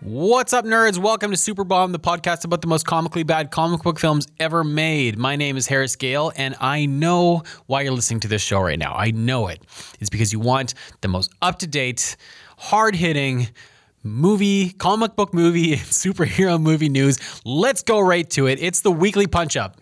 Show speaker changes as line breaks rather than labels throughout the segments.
What's up, nerds? Welcome to Super Bomb, the podcast about the most comically bad comic book films ever made. My name is Harris Gale, and I know why you're listening to this show right now. I know it. It's because you want the most up to date, hard hitting, movie, comic book movie, and superhero movie news. Let's go right to it. It's the weekly punch up.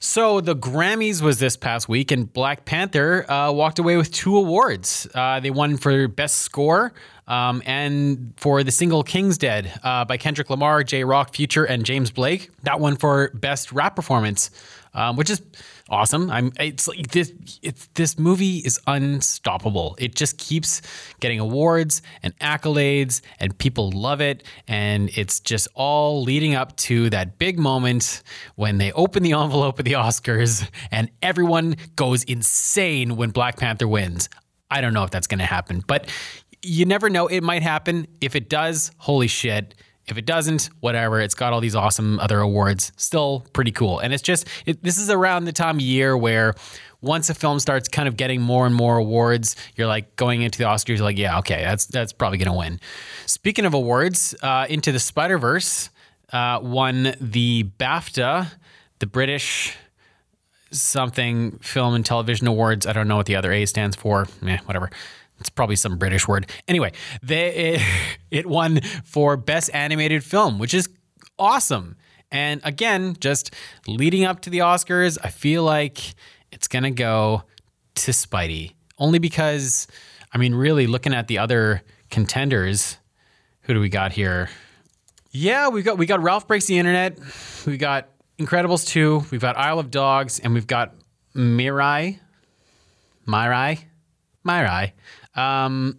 So the Grammys was this past week, and Black Panther uh, walked away with two awards. Uh, they won for Best Score um, and for the single "King's Dead" uh, by Kendrick Lamar, J. Rock, Future, and James Blake. That one for Best Rap Performance, um, which is awesome. I'm. It's like this. It's this movie is unstoppable. It just keeps getting awards and accolades, and people love it. And it's just all leading up to that big moment when they open the envelope of the Oscars, and everyone goes insane when Black Panther wins. I don't know if that's going to happen, but you never know. It might happen. If it does, holy shit. If it doesn't, whatever. It's got all these awesome other awards. Still pretty cool. And it's just, it, this is around the time of year where once a film starts kind of getting more and more awards, you're like going into the Oscars, you're like, yeah, okay, that's that's probably going to win. Speaking of awards, uh, Into the Spider Verse uh, won the BAFTA, the British something film and television awards. I don't know what the other A stands for. Eh, whatever. It's probably some British word. Anyway, they it, it won for best animated film, which is awesome. And again, just leading up to the Oscars, I feel like it's gonna go to Spidey only because, I mean, really looking at the other contenders, who do we got here? Yeah, we got we got Ralph breaks the internet. We got Incredibles two. We've got Isle of Dogs, and we've got Mirai, Mirai, Mirai. Um,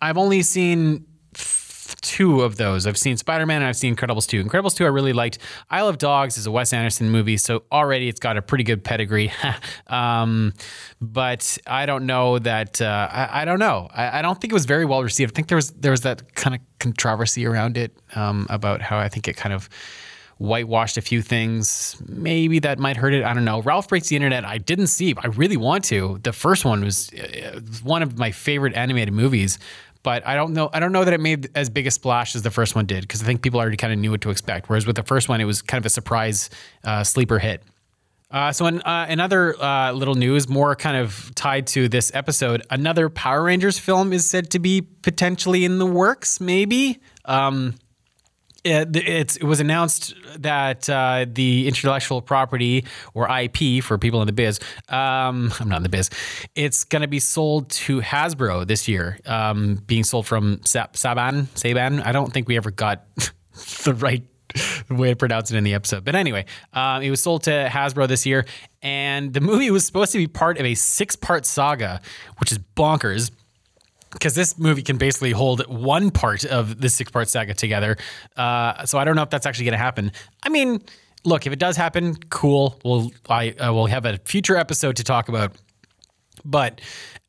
I've only seen th- two of those. I've seen Spider Man and I've seen Incredibles two. Incredibles two, I really liked. Isle of Dogs is a Wes Anderson movie, so already it's got a pretty good pedigree. um, but I don't know that. Uh, I, I don't know. I, I don't think it was very well received. I think there was there was that kind of controversy around it um, about how I think it kind of whitewashed a few things. Maybe that might hurt it. I don't know. Ralph Breaks the Internet, I didn't see. I really want to. The first one was uh, one of my favorite animated movies, but I don't know. I don't know that it made as big a splash as the first one did because I think people already kind of knew what to expect. Whereas with the first one, it was kind of a surprise uh, sleeper hit. Uh, so, in, uh, another uh, little news, more kind of tied to this episode, another Power Rangers film is said to be potentially in the works, maybe. Um, it, Uh, it's, it was announced that uh, the intellectual property or IP for people in the biz, um, I'm not in the biz, it's going to be sold to Hasbro this year, um, being sold from Sa- Saban. Saban. I don't think we ever got the right way to pronounce it in the episode. But anyway, um, it was sold to Hasbro this year, and the movie was supposed to be part of a six part saga, which is bonkers because this movie can basically hold one part of the six part saga together. Uh, so I don't know if that's actually going to happen. I mean, look, if it does happen, cool. We'll I uh, will have a future episode to talk about. But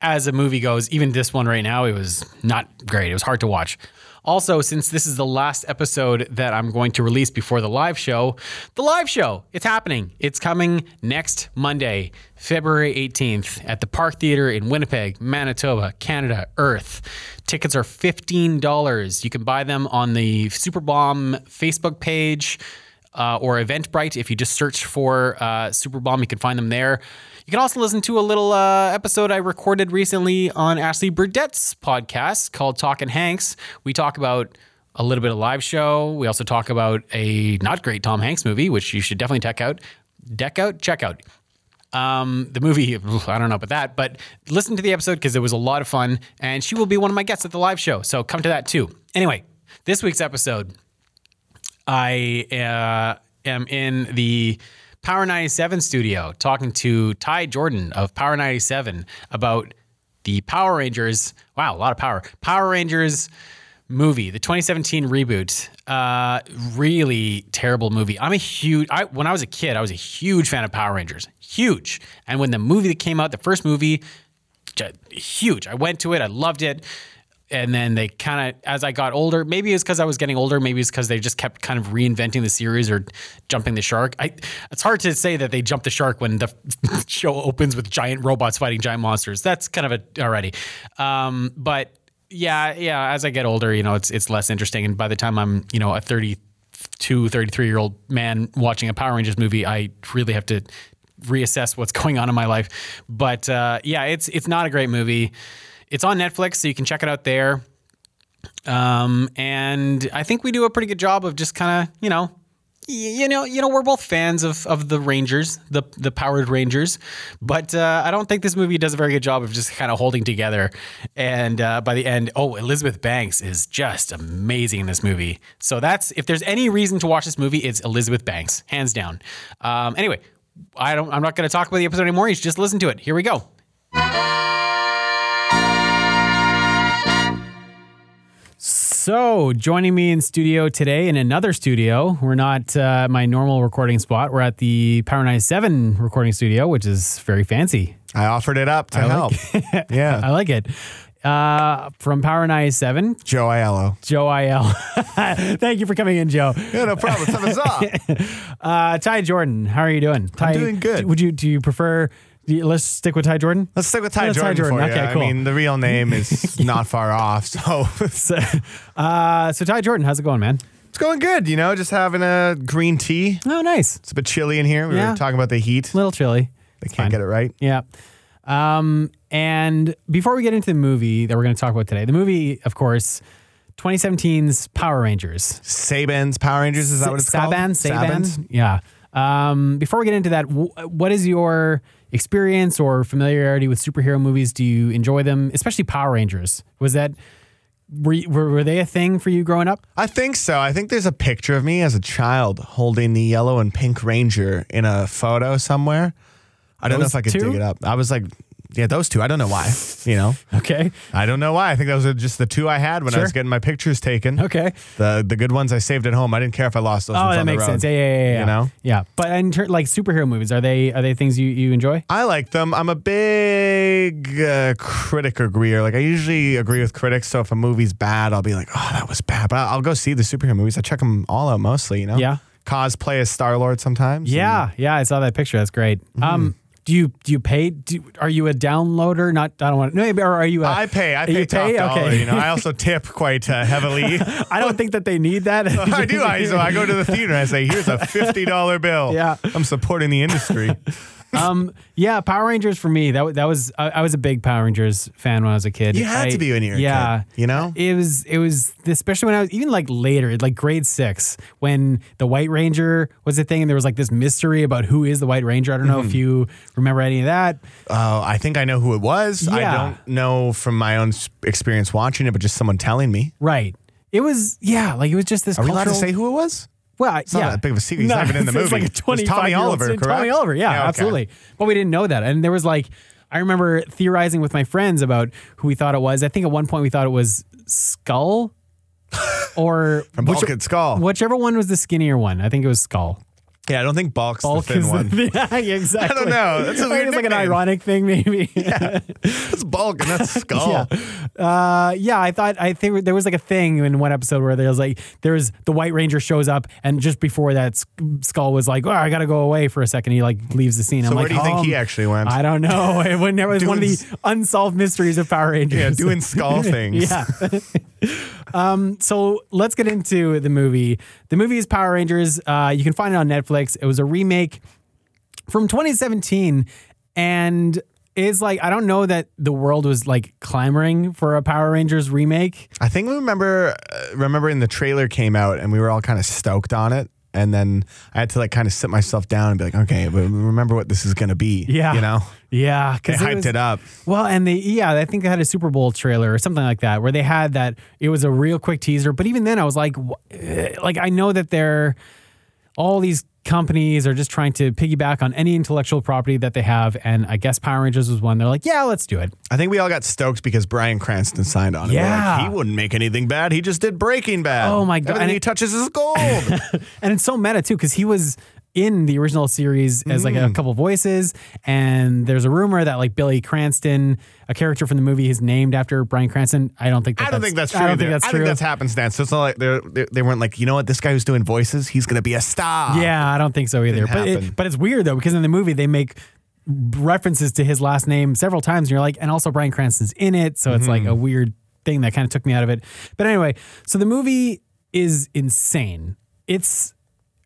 as a movie goes, even this one right now, it was not great. It was hard to watch. Also, since this is the last episode that I'm going to release before the live show, the live show, it's happening. It's coming next Monday, February 18th at the Park Theater in Winnipeg, Manitoba, Canada, Earth. Tickets are $15. You can buy them on the Superbomb Facebook page uh, or Eventbrite. If you just search for uh, Super Bomb, you can find them there. You can also listen to a little uh, episode I recorded recently on Ashley Burdett's podcast called Talkin' Hanks. We talk about a little bit of live show. We also talk about a not great Tom Hanks movie, which you should definitely check out. Deck out, check out. Um, the movie, I don't know about that, but listen to the episode because it was a lot of fun. And she will be one of my guests at the live show. So come to that too. Anyway, this week's episode. I uh, am in the Power 97 studio talking to Ty Jordan of Power 97 about the Power Rangers. Wow, a lot of power. Power Rangers movie, the 2017 reboot. Uh, really terrible movie. I'm a huge. I when I was a kid, I was a huge fan of Power Rangers. Huge. And when the movie that came out, the first movie, ju- huge. I went to it. I loved it and then they kind of, as I got older, maybe it's because I was getting older, maybe it's because they just kept kind of reinventing the series or jumping the shark. I, it's hard to say that they jumped the shark when the show opens with giant robots fighting giant monsters. That's kind of a already, um, but yeah, yeah. As I get older, you know, it's it's less interesting, and by the time I'm, you know, a 32, 33 year old man watching a Power Rangers movie, I really have to reassess what's going on in my life. But uh, yeah, it's it's not a great movie. It's on Netflix, so you can check it out there. Um, and I think we do a pretty good job of just kind of you know, y- you know, you know, we're both fans of of the Rangers, the the powered Rangers, but uh, I don't think this movie does a very good job of just kind of holding together. And uh, by the end, oh, Elizabeth Banks is just amazing in this movie. So that's if there's any reason to watch this movie, it's Elizabeth Banks, hands down. Um, anyway, I don't. I'm not going to talk about the episode anymore. You should just listen to it. Here we go. So, joining me in studio today in another studio. We're not uh, my normal recording spot. We're at the Power 97 recording studio, which is very fancy.
I offered it up to help. yeah.
I like it. Uh, from Power 97,
Joe Aiello.
Joe IL. Thank you for coming in, Joe.
Yeah, no problem. Something's up.
Uh, Ty Jordan, how are you doing? Ty,
doing good.
Would you do you prefer? do you- Let's stick with Ty Jordan.
Let's stick with Ty
Let's Ty
Jordan,
Jordan.
for you.
Okay, cool.
I mean, the real name is not far off. So it's
So, uh, so Ty Jordan, how's it going, man?
going good, you know, just having a green tea.
Oh, nice.
It's a bit chilly in here. We
Yeah.
were talking about the heat.
little chilly.
They can't get it right.
Yeah. Um, and before we get into the movie that we're going to talk about today, the movie, of course, 2017's Power Rangers.
Saban's Power Rangers, is that what it's
Saban,
called?
Saban,
Saban's?
Yeah. Um, before we get into that, wh- what is your experience or familiarity with superhero movies? Do you enjoy them, especially Power Rangers? Was that were, you- were, were they a thing for you growing up?
I think so. I think there's a picture of me as a child holding the yellow and pink ranger in a photo somewhere. I don't know
Those
if I could
two?
dig it up. I was like, yeah, those two. I don't know why. You know,
Okay.
I don't know why. I think those are just the two I had when
Sure.
I was getting my pictures taken.
Okay.
The the good ones I saved at home. I didn't care if I lost those.
Oh,
ones
that
on the
makes
road.
sense. Yeah, yeah, yeah, yeah. yeah.
You know?
Yeah, but in ter- like superhero movies, are they are they things you, you enjoy?
I like them. I'm a big uh, critic agreeer. Like I usually agree with critics. So if a movie's bad, I'll be like, oh, that was bad. But I'll, I'll go see the superhero movies. I check them all out mostly. You know.
Yeah.
Cosplay as Star Lord sometimes.
Yeah, yeah, I saw that picture. That's great.
Mm-hmm.
Um, do you do you pay? Do, are you a downloader? Not I don't want no. Or are you? A,
I pay. I
You
pay top
pay?
dollar.
Okay.
You know, I also tip quite uh, heavily.
I don't think that they need that.
I do. I, so I go to the theater and I say, "Here's a fifty dollar bill."
Yeah.
I'm supporting the industry.
um, yeah, Power Rangers for me. That w- that was I, I was a big Power Rangers fan when I was a kid.
You had
I-
to be when you were a
yeah.
kid, you know?
it was it was especially when I was even like later, like grade six, when the White Ranger was a thing, and there was like this mystery about who is the White Ranger. I don't know
Mm-hmm.
if you remember any of that.
Oh, I think I know who it was.
Yeah.
I don't know from my own s- experience watching it, but just someone telling me.
Right. It was yeah, like it was just this.
Are we allowed to
cultural-
say who it was?
Well,
not
yeah.
that big of a secret. He's not even in the
it's
movie.
Like a
It was
25
Tommy
year old
Oliver,
kid. Tommy
correct?
Oliver, yeah,
Yeah, okay.
absolutely. But we didn't know that, and there was like, I remember theorizing with my friends about who we thought it was. I think at one point we thought it was Skull, or
From Bulk and Skull.
whichever one was the skinnier one. I think it was Skull.
Yeah, I don't think Bulk's
Bulk
the thin
is
one.
the yeah, exactly.
know. That's a
I think
weird
it's like an
nickname.
ironic thing, maybe.
That's Bulk and that's Skull. Oh.
Yeah. Uh, yeah, I thought I think there was like a thing in one episode where there was like there was the White Ranger shows up, and just before that, S- Skull was like, "Oh, I gotta go away for a second. He like leaves the scene. I'm
So where
like,
do you think
"Oh,
he actually went?
I don't know. It went never was one of
Doing
the unsolved mysteries of Power Rangers.
Yeah, doing Skull things.
yeah. um, so let's get into the movie. The movie is Power Rangers. Uh, you can find it on Netflix. It was a remake from 2017, and it's like I don't know that the world was like clamoring for a Power Rangers remake.
I think we remember uh, remembering the trailer came out and we were all kind of stoked on it. And then I had to like kind of sit myself down and be like, okay, but remember what this is going to be.
Yeah.
You know,
Yeah,
they
because
hyped it up.
Well, and they yeah, I think they had a Super Bowl trailer or something like that where they had that it was a real quick teaser, but even then I was like wh- eh, like I know that they're all these companies are just trying to piggyback on any intellectual property that they have and I guess Power Rangers was one. They're like, "Yeah, let's do it."
I think we all got stoked because Brian Cranston signed on. it. We're like,
Yeah.
he wouldn't make anything bad. He just did Breaking Bad.
Oh my God.
Everything
And
he
it-
touches is gold.
And it's so meta too cuz he was in the original series as like a
Mm.
couple voices. And there's a rumor that like Billy Cranston, a character from the movie, is named after Brian Cranston. I don't think that
I don't
that's,
think that's true.
I don't think
either.
that's
I
true.
think that's happenstance. So it's not like they're, they they weren't like, you know what, this guy who's doing voices, he's gonna be a star.
yeah, I don't think so either. But
happen.
it, but it's weird though because in the movie they make references to his last name several times, and you're like, and also Brian Cranston's in it, so it's like a
Mm-hmm.
weird thing that kind of took me out of it. But anyway, so the movie is insane. It's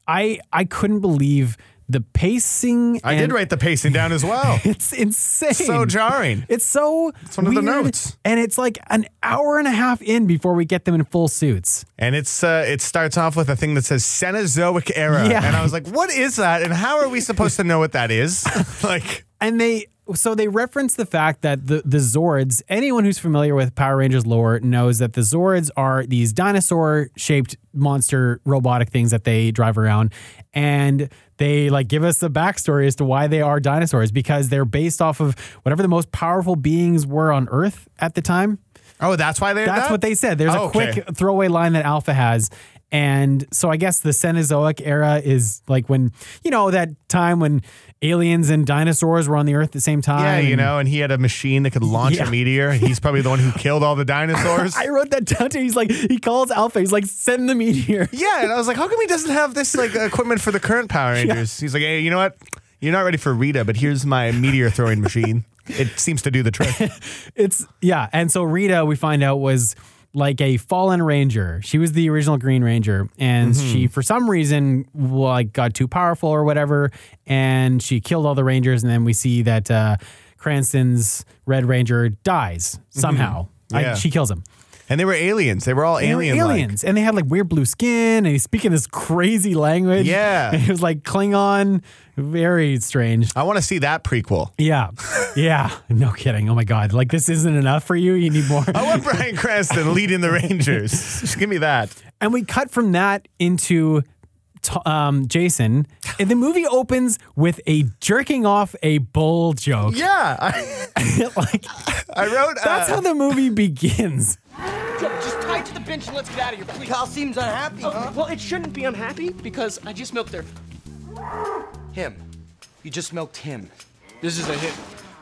I I couldn't believe the pacing.
I did
and-
write the pacing down as well.
It's insane.
so jarring.
It's so it's
one of the
weird,
notes.
and it's like an hour and a half in before we get them in full suits.
And it's uh, it starts off with a thing that says Cenozoic era,
Yeah.
and I was like, "What is that? And how are we supposed to know what that is?" like,
and they so they reference the fact that the the Zords. Anyone who's familiar with Power Rangers lore knows that the Zords are these dinosaur shaped monster robotic things that they drive around, and they like give us the backstory as to why they are dinosaurs because they're based off of whatever the most powerful beings were on Earth at the time.
oh, that's why they.
That's what they said. There's a
Oh, okay.
quick throwaway line that Alpha has. And so I guess the Cenozoic era is like when, you know, that time when aliens and dinosaurs were on the earth at the same time.
Yeah, you
and-
know, and he had a machine that could launch
Yeah.
a meteor, and he's probably the one who killed all the dinosaurs.
I wrote that down too. He's like, he calls Alpha. He's like, send the meteor.
yeah, and I was like, "How come he doesn't have this like equipment for the current Power Rangers?" He's like, "Hey, you know what? You're not ready for Rita, but here's my meteor throwing machine. It seems to do the trick."
It's, yeah. And so Rita, we find out, was like a fallen ranger. She was the original Green Ranger. And
Mm-hmm.
she, for some reason, like got too powerful or whatever. And she killed all the Rangers. And then we see that uh, Cranston's Red Ranger dies somehow. I-
Mm-hmm. Yeah.
she kills him.
And they were aliens. They were all
They were
alien.
aliens. And they had like weird blue skin. And he's speaking this crazy language.
Yeah.
it was like Klingon. Very strange.
I want to see that prequel.
Yeah. Yeah. No kidding. Oh my God. Like, this isn't enough for you. You need more.
I want Brian Cranston leading the Rangers. Just give me that.
And we cut from that into t- um, Jason. And the movie opens with a jerking off a bull joke.
Yeah, I,
like,
I wrote.
that's
uh,
how the movie begins.
Just tie it to the bench and let's get out of here, please.
Kyle seems unhappy.
Oh, well, it shouldn't be unhappy because I just milked her.
Him. You just milked him.
This is a hit.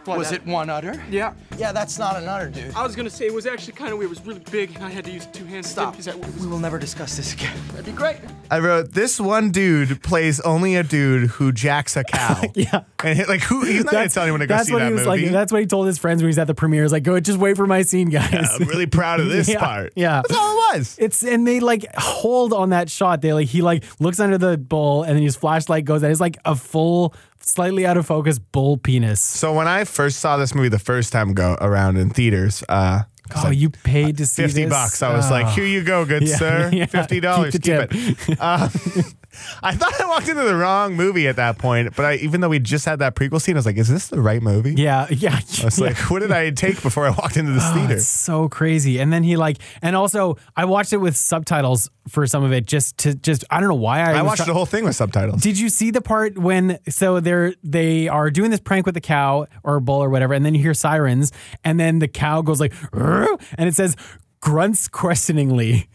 Was it one udder?
Yeah.
Yeah, that's not an udder, dude.
I was gonna say it was actually kind of weird. It was really big, and I had to use two hands.
Stop.
Is that
We will never discuss this again.
That'd be great.
I wrote this one dude plays only a dude who jacks a cow.
Yeah.
and he- like who? He's not gonna tell anyone to go
that's
see
what
that
he was
movie.
like. That's what he told his friends when he was at the premiere. He's like, go, just wait for my scene, guys.
I'm really proud of this
Yeah,
part.
yeah.
that's all it was.
It's and they like hold on that shot. They like he like looks under the bull and then his flashlight goes and it's like a full, slightly out of focus bull penis.
So when I first saw this movie the first time go around in theaters, uh, it was
Oh,
like
you paid to see
fifty
this?
bucks. I was
Oh.
like, here you go, good
Yeah,
sir,
yeah.
fifty dollars.
Keep
Keep,
the
it. Um, I thought I walked into the wrong movie at that point, but I, even though we just had that prequel scene, I was like, is this the right movie?
yeah, yeah. Oh,
I was like, what did I take before I walked into this theater?
It's so crazy. And then he like, and also I watched it with subtitles for some of it, just to just I don't know why I,
I
was
watched
try-
the whole thing with subtitles.
Did you see the part when so they're they are doing this prank with the cow or bull or whatever, and then you hear sirens, and then the cow goes like, "Rrr," and it says grunts questioningly.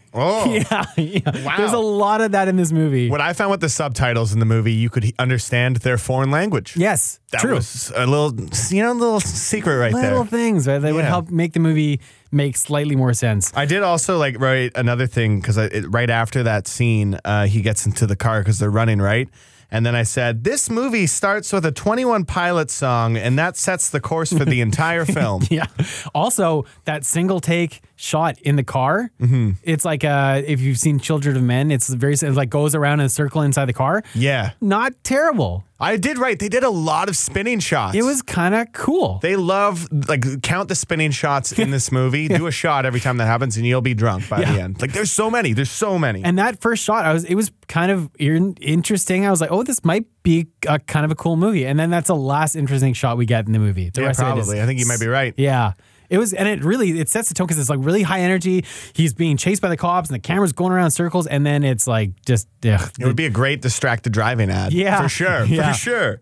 Oh.
yeah, yeah.
Wow.
There's a lot of that in this movie.
What I found with the subtitles in the movie, you could he- understand their foreign language.
yes,
that
true.
was a little, you know, a little secret right
Little
there.
things right? that would
Yeah.
help make the movie make slightly more sense.
I did also like write another thing because right after that scene, uh, he gets into the car because they're running right, and then I said, "This movie starts with a Twenty One Pilot song, and that sets the course for the entire film."
Yeah. Also, that single take shot in the car.
Mm-hmm.
It's like uh, if you've seen Children of Men, it's very it's like goes around in a circle inside the car.
Yeah,
Not terrible.
I did write. They did a lot of spinning shots.
It was kind of cool.
They love like count the spinning shots in this movie. Do a shot every time that happens, and you'll be drunk by the
Yeah.
end. Like there's so many. There's so many.
and that first shot, I was it was kind of in- interesting. I was like, oh, this might be a kind of a cool movie. And then that's the last interesting shot we get in the movie. The
yeah,
rest Of it
probably.
is,
I think you might be right.
Yeah. It was, and it really it sets the tone because it's like really high energy. He's being chased by the cops, and the camera's going around in circles, and then it's like just ugh,
It would be a great distracted driving ad.
Yeah.
For sure.
Yeah.
For sure.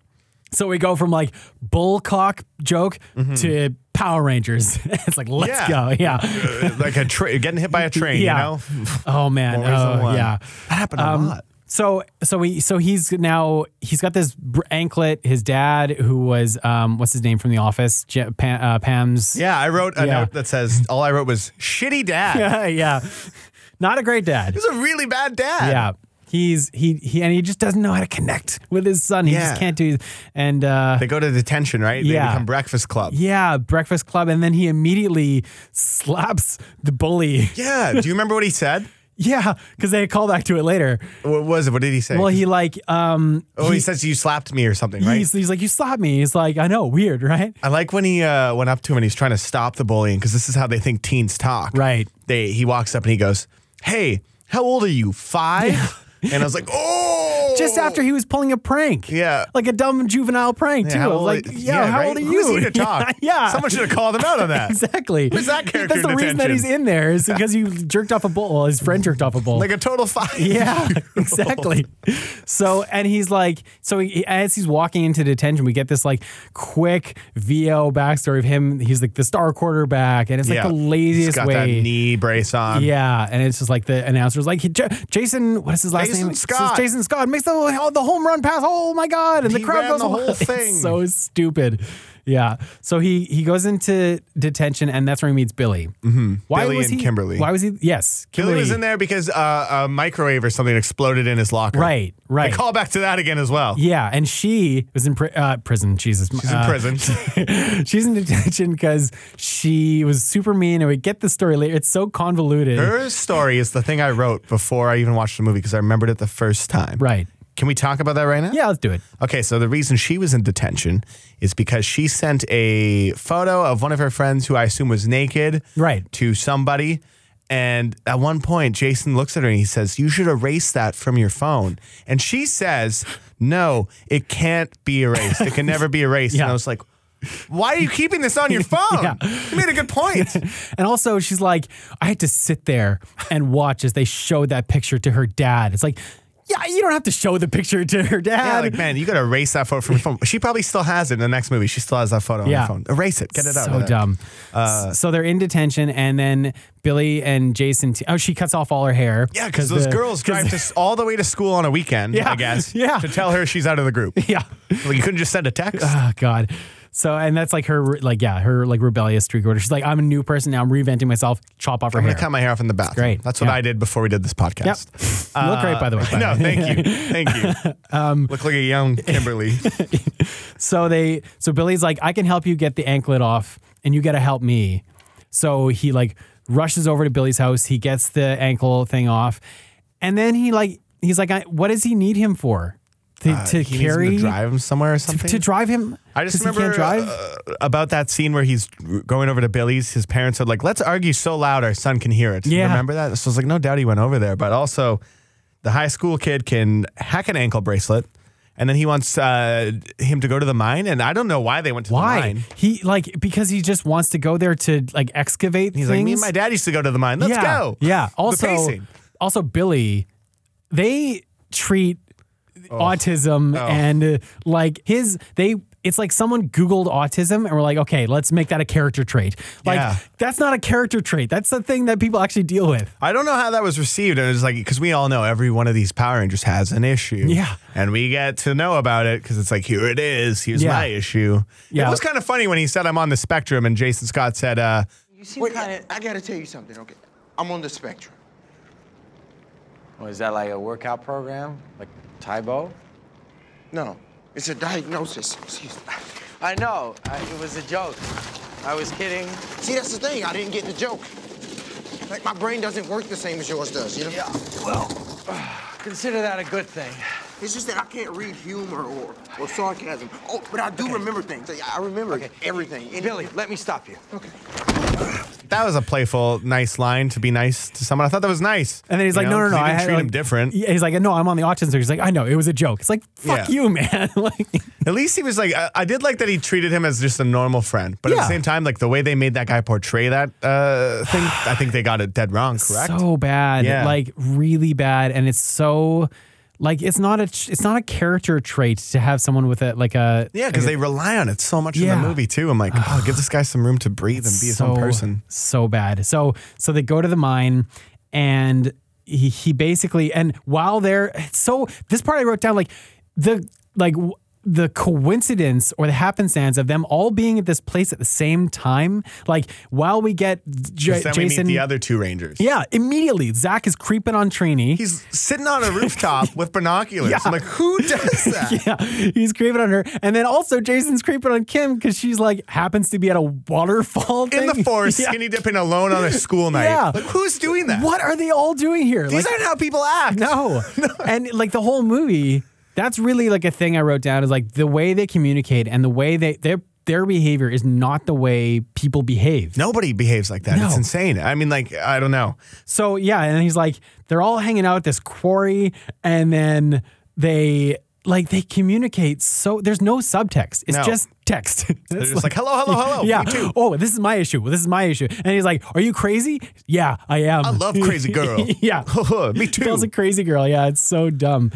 So we go from like bullcock joke to Power Rangers. it's like let's
Mm-hmm. Yeah.
go, yeah,
Uh, like a tra- getting hit by a train,
yeah.
you know?
Oh man,
Always the
Oh,
one.
yeah. Um,
That happened a lot.
So so he so he's now he's got this br- anklet. His dad, who was um, what's his name from The Office, Ja- Pam, uh, Pam's.
Yeah, I wrote a
Yeah.
note that says all I wrote was shitty dad.
yeah, yeah. Not a great dad.
He's a really bad dad.
Yeah. He's he he and he just doesn't know how to connect with his son. He
Yeah.
just can't do. And uh,
They go to detention, right? They
Yeah.
become Breakfast Club.
yeah, Breakfast Club, and then he immediately slaps the bully.
Yeah. Do you remember what he said?
Yeah, because they call back to it later.
What was it? What did he say?
Well, he like um
oh, he, says you slapped me or something, right?
he's, he's like you slapped me. He's like I know, weird, right?
I like when he uh, went up to him and he's trying to stop the bullying because this is how they think teens talk.
Right.
They he walks up and he goes, "Hey, how old are you? Five? And I was like, "Oh!"
Just after he was pulling a prank.
Yeah.
like a dumb juvenile prank
Yeah,
too.
how
I was
old-
like, yeah, how
right?
old are you?
Who's he to talk?
yeah,
Someone should have called him out on that.
Exactly.
Who's that character
That's the
in
reason that he's
detention?
in there is because you jerked off a bull. Well, his friend jerked off a bull.
Like a total five.
yeah, exactly. So, and he's like, so he, as he's walking into detention, we get this like quick VO backstory of him. He's like the star quarterback, and it's like
Yeah.
the laziest
He's got
way.
that knee brace on.
Yeah, and it's just like the announcer's like he, J- Jason, what is his last
Jason
name? It's
Scott.
Jason Scott makes the oh, the home run pass. Oh my god! And the
He
crowd
ran
goes
the whole
wild.
thing.
It's so stupid. Yeah. So he he goes into detention, and that's where he meets Billy. Mm-hmm. Why
Billy
was
and
he,
Kimberly.
Why was he? Yes,
Billy
Kimberly
was in there because uh, a microwave or something exploded in his locker.
Right, right.
They call back to that again as well.
Yeah, Uh, and she was in pri- uh, prison. Jesus,
He's in prison.
she's in detention because she was super mean, and we get the story later. It's so convoluted.
Her story is the thing I wrote before I even watched the movie because I remembered it the first time.
Right.
Can we talk about that right now?
Yeah, let's do it.
Okay, so the reason she was in detention is because she sent a photo of one of her friends who I assume was naked
Right.
to somebody. And at one point, Jason looks at her and he says, You should erase that from your phone. And she says, No, it can't be erased. It can never be erased. And
Yeah.
I was like, Why are you keeping this on your phone?
Yeah.
You made a good point.
And also, she's like, I had to sit there and watch as they showed that picture to her dad. It's like, yeah, you don't have to show the picture to her
Yeah,
dad.
like, man, you got to erase that photo from your phone. She probably still has it in the next movie. She still has that photo
Yeah.
on her phone. Erase it. Get it out.
so
of there. Uh,
dumb. so they're in detention, and then Billy and Jason. T- oh, she cuts off all her hair.
Yeah, because those
the-
girls
'cause-
drive to, s- all the way to school on a weekend,
Yeah,
I guess.
yeah.
To tell her she's out of the group.
Yeah.
Like, you couldn't just send a text.
Oh God. So and that's like her re- like yeah her like rebellious streak order. She's like I'm a new person now. I'm reinventing myself. Chop off her
I'm
hair.
going to cut my hair off in the bathroom.
great.
That's what
Yeah.
I did before we did this
yep.
podcast. Uh,
you look great by the way. Um, by the
No,
way.
thank you. Thank you. Look like a young Kimberly.
So they so Billy's like, I can help you get the anklet off, and you gotta help me. So he like rushes over to Billy's house, he gets the ankle thing off, and then he like he's like, I, what does he need him for? To, to
Uh, He needs him
carry
to drive him somewhere or something.
to drive him?
I just
'Cause he
remember
can't drive.
uh, about that scene where he's going over to Billy's. His parents are like, "Let's argue so loud our son can hear it."
Yeah.
remember that? So I was like, "No doubt he went over there." But also, the high school kid can hack an ankle bracelet, and then he wants uh, him to go to the mine. And I don't know why they went to the
Why
mine.
he like because he just wants to go there to like excavate
He's
things.
like, "Me and my dad used to go to the mine. Let's
yeah,
go."
Yeah.
The
Also,
pacing.
also Billy, they treat autism
Oh.
and uh, like his they. It's like someone Googled autism and we're like, okay, let's make that a character trait. Like
Yeah.
that's not a character trait. That's the thing that people actually deal with.
I don't know how that was received. And it was like, because we all know every one of these Power Rangers has an issue.
Yeah.
And we get to know about it because it's like, here it is. Here's
Yeah.
my issue.
Yeah.
It was kind of funny when he said, I'm on the spectrum. And Jason Scott said, uh,
You seem
Wait,
kinda-
I, I gotta tell you something, okay? I'm on the spectrum.
Well, Oh, is that like a workout program? Like Taibo?
No, it's a diagnosis. Excuse me.
I know. I, it was a joke. I was kidding.
See, that's the thing. I didn't get the joke. Like my brain doesn't work the same as yours does, you know?
Well, consider that a good thing.
It's just that I can't read humor or, or sarcasm. Oh, but I do remember things. I- I remember everything. And-
Billy, let me stop you.
that was a playful, nice line to be nice to someone. I thought that was nice.
And then he's
You
like,
know,
no, no,
'cause
no.
He
I
didn't
had,
treat
like,
him different.
Yeah, He's like, no, I'm on the autism spectrum. He's like, I know, it was a joke. It's like, fuck
Yeah.
you, man. like,
At least he was like, I, I did like that he treated him as just a normal friend. But at
Yeah.
the same time, like the way they made that guy portray that uh, thing, I think they got it dead wrong, correct?
So bad,
Yeah.
like really bad, and it's so like it's not a it's not a character trait to have someone with a like a
Yeah, because they rely on it so much in
Yeah.
the movie too. I'm like, oh, give this guy some room to breathe and be his own person.
so bad. So so they go to the mine and he, he basically and while they're so this part I wrote down like the like w- the coincidence or the happenstance of them all being at this place at the same time like while we get J-
'Cause then
Jason
we meet the other two rangers.
yeah immediately Zach is creeping on Trini
He's sitting on a rooftop with binoculars. I'm like, who does that?
yeah, he's creeping on her, and then also Jason's creeping on Kim because she's like happens to be at a waterfall
In the
thing.
forest,
Yeah.
skinny dipping alone on a school night.
Yeah.
Like, who's doing that?
What are they all doing here?
These
Like,
aren't how people act.
no. And like the whole movie, that's really like a thing I wrote down is like the way they communicate and the way they their their behavior is not the way people behave.
Nobody behaves like that.
No.
It's insane. I mean, like, I don't know.
So yeah, and he's like, they're all hanging out at this quarry, and then they like they communicate so there's no subtext. It's
No.
just text.
They're just like, hello, hello, hello.
yeah.
Me too.
Oh, this is my issue. Well, this is my issue. And he's like, "Are you crazy? Yeah, I am.
I love Crazy Girl.
yeah,
Me too.
Bell's a crazy girl. Yeah, it's so dumb.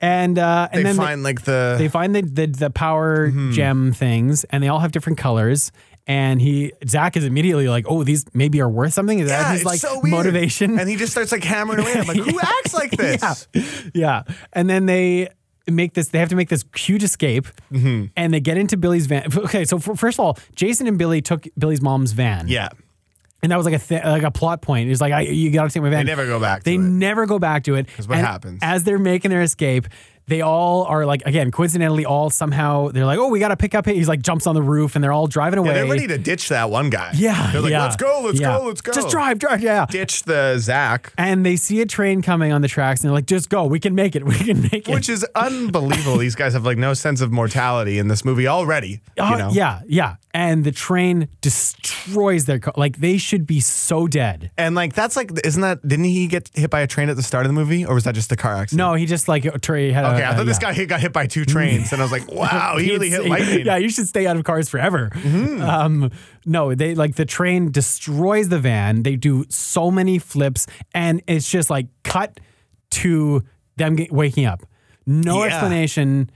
And uh, and
they
then
find like the.
they, they find the the, the power
Mm-hmm.
gem things, and they all have different colors. And he Zach is immediately like, "Oh, these maybe are worth something." Is
yeah,
that his
it's
like
so weird.
motivation?
And he just starts like hammering away. I'm like, who acts like this?
yeah. And then they make this, they have to make this huge escape
Mm-hmm.
and they get into Billy's van. Okay. So, f first of all, Jason and Billy took Billy's mom's van.
Yeah.
And that was like a th- like a plot point. It's like, I, you got to take my van.
They never go back to
They
it.
never go back to it. Because
what happens.
As they're making their escape, they all are like, again, coincidentally, all somehow, they're like, oh, we got to pick up. He's like, jumps on the roof and they're all driving away.
Yeah, they're ready to ditch that one guy.
yeah.
They're like,
yeah,
let's go, let's
yeah.
go, let's go.
Just drive, drive. Yeah
Ditch the Zach,
and they see a train coming on the tracks and they're like, just go. We can make it. We can make it.
which is unbelievable. These guys have like no sense of mortality in this movie already.
Oh,
you know?
Yeah, yeah. And the train destroys their car. Like, they should be so dead.
And like, that's like, isn't that, didn't he get hit by a train at the start of the movie or was that just a car accident?
No, Uh, he just like, Trey had
Okay,
I
I thought this guy hit, got hit by two trains, and I was like, "Wow, he really hit lightning." Mm-hmm.
Yeah, you should stay out of cars forever. Um, no, they like the train destroys the van. They do so many flips, and it's just like cut to them get, waking up. No
Yeah.
explanation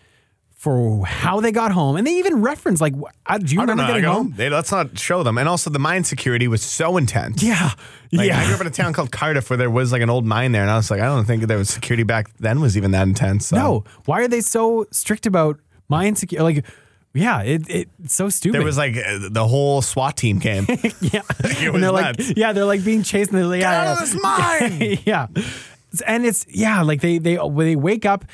for how they got home, and they even reference like, wh- I- "Do you
I don't
remember
know. I
getting
go,
home?"
They, let's not show them. And also, the mine security was so intense.
Yeah,
Like,
yeah.
I grew up in a town called Cardiff where there was like an old mine there, and I was like, I don't think there was security back then was even that intense. So.
No, why are they so strict about my insecure? Like, yeah, it, it it's so stupid.
There was like uh, the whole SWAT team came.
yeah,
was
and they're like,
nuts.
yeah, they're like being chased. And they're like,
Get
yeah,
out of
yeah.
this mine!
yeah, and it's yeah, like they they when they wake up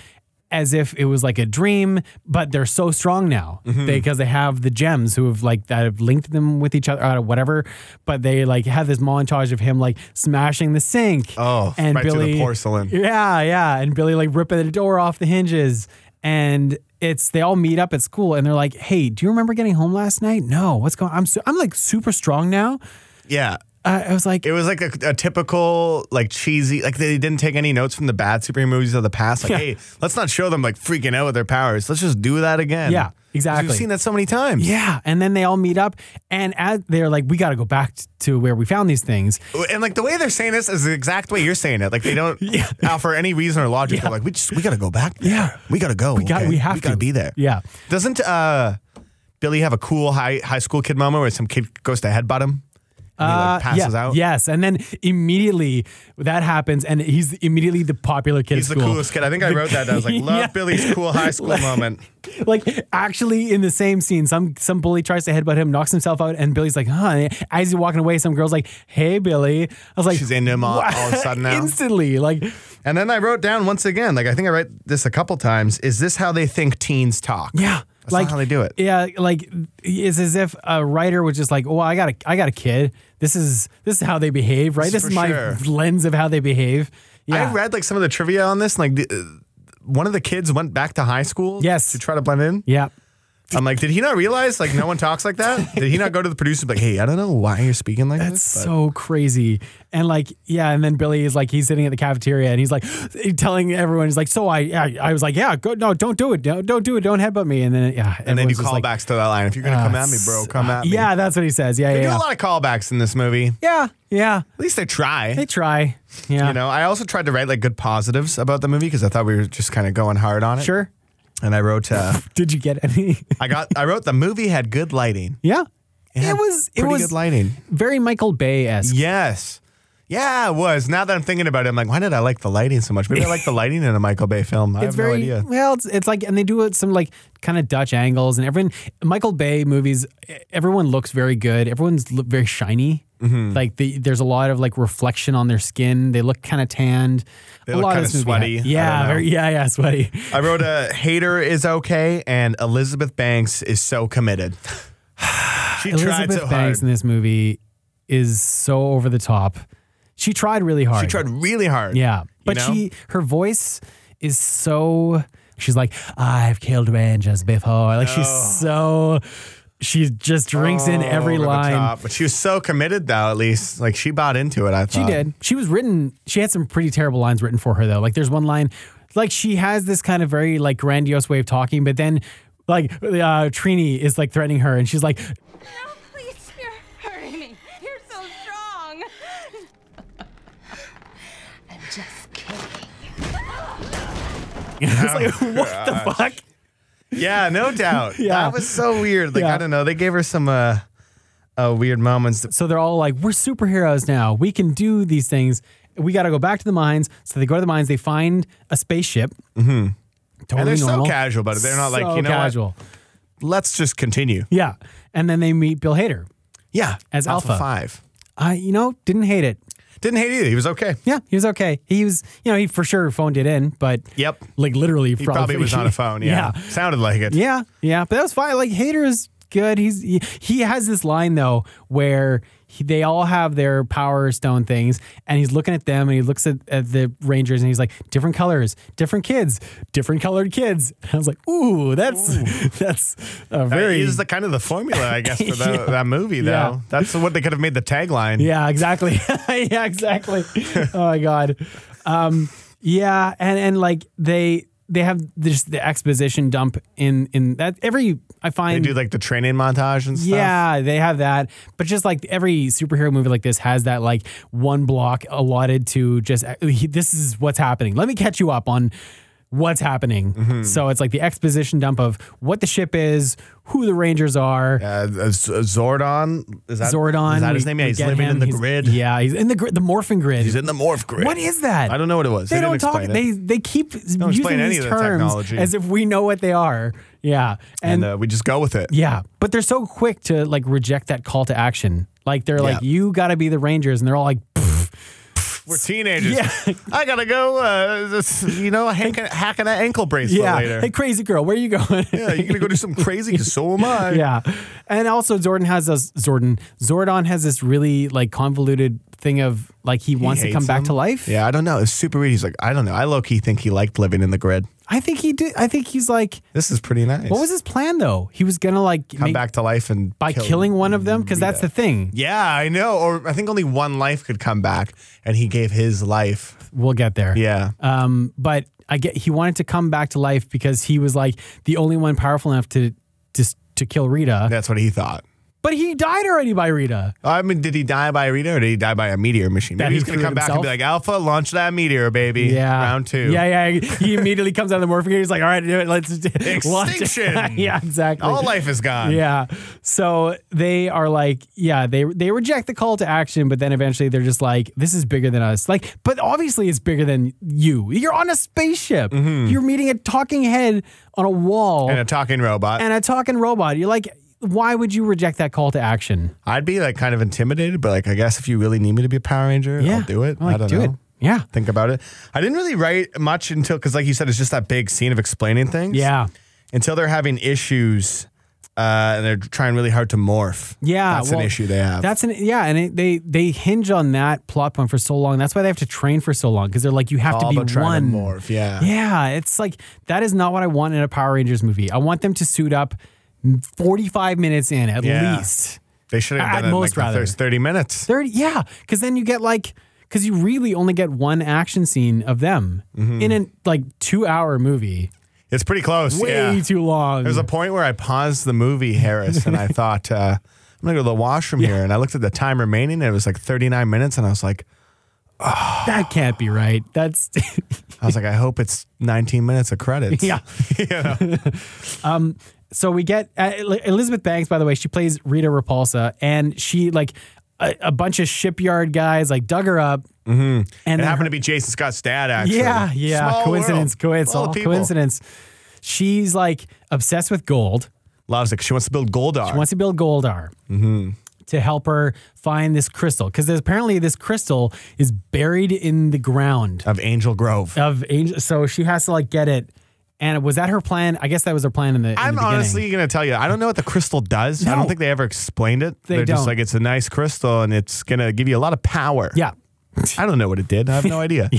as if it was like a dream, but they're so strong now
Mm-hmm.
because they have the gems who have like that have linked them with each other or whatever. But they like have this montage of him like smashing the sink.
Oh,
and
right through the
Billy
porcelain.
Yeah, yeah, and Billy like ripping the door off the hinges. And it's they all meet up at school and they're like, "Hey, do you remember getting home last night? No, what's going? I'm so, I'm like super strong now."
yeah.
Uh, I was like,
It was like a, a typical, like cheesy, like they didn't take any notes from the bad superhero movies of the past. Like,
Yeah.
hey, let's not show them like freaking out with their powers. Let's just do that again.
Yeah,
'Cause
exactly.
We've seen that so many times.
Yeah, and then they all meet up, and as they're like, "We got to go back t- to where we found these things."
And like the way they're saying this is the exact way you're saying it. Like they don't offer any reason or logic. They're like, we just we gotta go back. there.
Yeah.
we gotta go. We
got- we have
we gotta
to.
be there.
Yeah.
Doesn't uh, Billy have a cool high high school kid moment where some kid goes to headbutt him? And he
Uh,
like passes
yeah,
out.
Yes, and then immediately that happens, and he's immediately the popular kid.
He's
at
the
school.
coolest kid. I think I wrote that. down. I was like, love
Yeah.
Billy's cool high school moment.
Like actually, in the same scene, some some bully tries to headbutt him, knocks himself out, and Billy's like, "Huh." And As he's walking away, some girl's like, "Hey, Billy." I was like,
She's into him all, all of a sudden now.
instantly, like,
And then I wrote down once again, like I think I write this a couple times. Is this how they think teens talk?
yeah.
That's
like
not how they do it.
Yeah, like it's as if a writer was just like, "Oh, I got a, I got a kid. This is this is how they behave, right? This
For
is my
sure.
lens of how they behave." Yeah,
I read like some of the trivia on this, and like the, uh, one of the kids went back to high school.
Yes.
to try to blend in.
yeah,
I'm like, did he not realize like no one talks like that? Did he not go to the producer and be like, hey, I don't know why you're speaking like
that's
this? but-
so crazy. And like, yeah, and then Billy is like, he's sitting at the cafeteria and he's like, telling everyone, he's like, "So I, I, I was like, yeah, go, no, don't do it, don't, don't do it, don't headbutt me." And then yeah,
and then you
everyone's just like, "Ah, uh,
callbacks to that line. If you're gonna come at me, bro, come at me.
Yeah, that's what he says. Yeah,
they do
yeah,
a lot of callbacks in this movie. At
yeah, yeah.
least they try.
They try. Yeah,
you know, I also tried to write like good positives about the movie because I thought we were just kind of going hard on it.
sure.
And I wrote, uh,
Did you get any?
I got, I wrote the movie had good lighting.
yeah. It,
had
was it
pretty
was
good lighting.
very Michael Bay esque.
Yes. Yeah, it was. Now that I'm thinking about it, I'm like, why did I like the lighting so much? Maybe I like the lighting in a Michael Bay film. I have
it's very
no idea.
well. It's, it's like, and they do it some like kind of Dutch angles, and everyone Michael Bay movies. e- Everyone looks very good. Everyone's look very shiny.
Mm-hmm.
Like the, there's a lot of like reflection on their skin. They look kind of tanned.
They
a
look
lot of
kinda
this movie had-
sweaty. I don't
Yeah,
know.
very, yeah, yeah, sweaty.
I wrote a hater is okay, and Elizabeth Banks is so committed. she tried
Elizabeth
so
Banks in
hard.
this movie is so over the top. She tried really hard.
She tried really hard.
Yeah. But
know?
she her voice is so she's like, I've killed angels before. Like she's
Oh.
so she just drinks in every
Over Oh, the
line.
top. But she was so committed, though. At least, like she bought into it. I
She
thought
did. She was written she had some pretty terrible lines written for her though. Like there's one line like she has this kind of very like grandiose way of talking, but then like uh, Trini is like threatening her and she's like,
No, please, you're hurting me. You're so strong. I'm just kidding.
it's like
Oh,
what the fuck?
Yeah, no doubt.
Yeah.
that was so weird. Like
Yeah.
I don't know. They gave her some uh, uh weird moments.
So they're all like, we're superheroes now. We can do these things. We got to go back to the mines. So they go to the mines. They find a spaceship. Mm-hmm. Totally
And they're so
normal.
casual about it. They're not like,
So
you know what?
casual.
Let's just continue.
Yeah. And then they meet Bill Hader.
Yeah,
As Alpha.
Five.
I, you know, didn't hate it.
Didn't hate either. He was okay.
Yeah, he was okay. He was, you know, he for sure phoned it in, but
Yep.
like literally,
He probably, was on a phone. Yeah.
yeah,
sounded like it.
Yeah, yeah, but that was fine. Like Hater is good. He's he, he has this line though where he, they all have their power stone things, and he's looking at them and he looks at, at the Rangers and he's like, different colors, different kids, different colored kids. And I was like, ooh, that's that's a
Very
very
is the kind of the formula, I guess, for that,
Yeah.
that movie. Though
Yeah.
that's what they could have made the tagline.
yeah, exactly. yeah, exactly. oh my god. Um, yeah, and and like they they have this the exposition dump in in that every I
they
find
do like the training montage and stuff.
Yeah, they have that. But just like every superhero movie like this has that like one block allotted to just uh, he- this is what's happening. Let me catch you up on what's happening.
Mm-hmm.
So it's like the exposition dump of what the ship is, who the Rangers are.
Uh, Z- Zordon is that
Zordon.
Is that his
we-
name? Yeah,
we
he's
get
living
him.
in the
He's-
grid.
Yeah, he's in the grid, the morphing grid.
he's in the morph grid.
What is that?
I don't know what it was.
They, don't
didn't
talk.
explain
They
it.
they keep using
explain any
these
of the
terms
technology.
as if we know what they are. Yeah,
and uh, we just go with it.
yeah, but they're so quick to like reject that call to action. Like they're like,
Yeah.
you got to be the Rangers, and they're all like, "Pff,
We're teenagers.
Yeah.
I gotta go. Uh, this- you know, hack, hack an ankle bracelet
yeah,
later.
hey crazy girl, where are you going?
yeah, you're gonna go do something crazy because so am I.
yeah, and also Zordon has this Zordon Zordon has this really like convoluted thing of like he, wants to
hates
come back
him.
to life.
Yeah, I don't know. It's super weird. He's like, I don't know. I low key think he liked living in the grid.
I think he did. I think he's like,
This is pretty nice.
what was his plan though? He was gonna like
Come
make-
back to life and
by
kill- Mm,
killing one of them because that's the thing.
Yeah, I know. Or I think only one life could come back, and he gave his life.
We'll get there.
Yeah.
Um, but I get he wanted to come back to life because he was like the only one powerful enough to just to kill Rita.
That's what he thought.
But he died already by Rita.
I mean, did he die by a Rita or did he die by a meteor machine?
That
Maybe
he
he's going to
threw
come back and be
himself?
like, Alpha, launch that meteor, baby.
Yeah.
Round two.
Yeah, yeah. He immediately comes out of the morphing. He's like, all right, do it. Let's do it. Launch it."
Extinction.
yeah, exactly.
All life is gone.
Yeah. So they are like, yeah, they they reject the call to action, but then eventually they're just like, this is bigger than us. Like, but obviously it's bigger than you. You're on a spaceship. You're meeting a talking head on a wall.
Mm-hmm. And a talking robot.
and a talking robot. You're like, why would you reject that call to action?
I'd be like kind of intimidated, but like, I guess if you really need me to be a Power Ranger, I'll do it.
I'm like,
I don't
do
know.
It. Yeah.
Think about it. I didn't really write much until, because like you said, it's just that big scene of explaining things.
Yeah.
Until they're having issues uh, and they're trying really hard to morph.
Yeah.
That's
well,
an issue they have.
That's an yeah, and it, they they hinge on that plot point for so long. That's why they have to train for so long because they're like, you have
all
to
but
be one.
trying to morph. Yeah.
Yeah, it's like that is not what I want in a Power Rangers movie. I want them to suit up 45 minutes in at
Yeah.
least.
They should have
At
done it in
most,
like the
rather.
first 30 minutes.
30 yeah, cuz then you get like cuz you really only get one action scene of them
Mm-hmm.
in a like 2-hour movie.
It's pretty close.
Way
yeah.
too long.
There's a point where I paused the movie, Harris, and I thought, uh, I'm going to go to the washroom here. And I looked at the time remaining, and it was like 39 minutes. And I was like,
that can't be right. That's
I was like, I hope it's 19 minutes of credits.
yeah. um, so we get uh, Elizabeth Banks. By the way, she plays Rita Repulsa, and she like a, a bunch of shipyard guys like dug her up. Mm-hmm. And
It
then
happened to be Jason Scott's dad, actually.
Yeah, yeah.
Small
coincidence.
world.
Co- it's
Small
all
people.
coincidence. She's like obsessed with gold.
Loves it. She wants to build Goldar.
She wants to build Goldar
Mm-hmm.
to help her find this crystal because apparently this crystal is buried in the ground
of Angel Grove.
of angel. So she has to like get it. And was that her plan? I guess that was her plan in the. in the
I'm
beginning.
honestly going to tell you, I don't know what the crystal does. I
No.
don't think they ever explained it.
They
are just
don't.
like, it's a nice crystal and it's going to give you a lot of power.
Yeah.
I don't know what it did. I have no idea.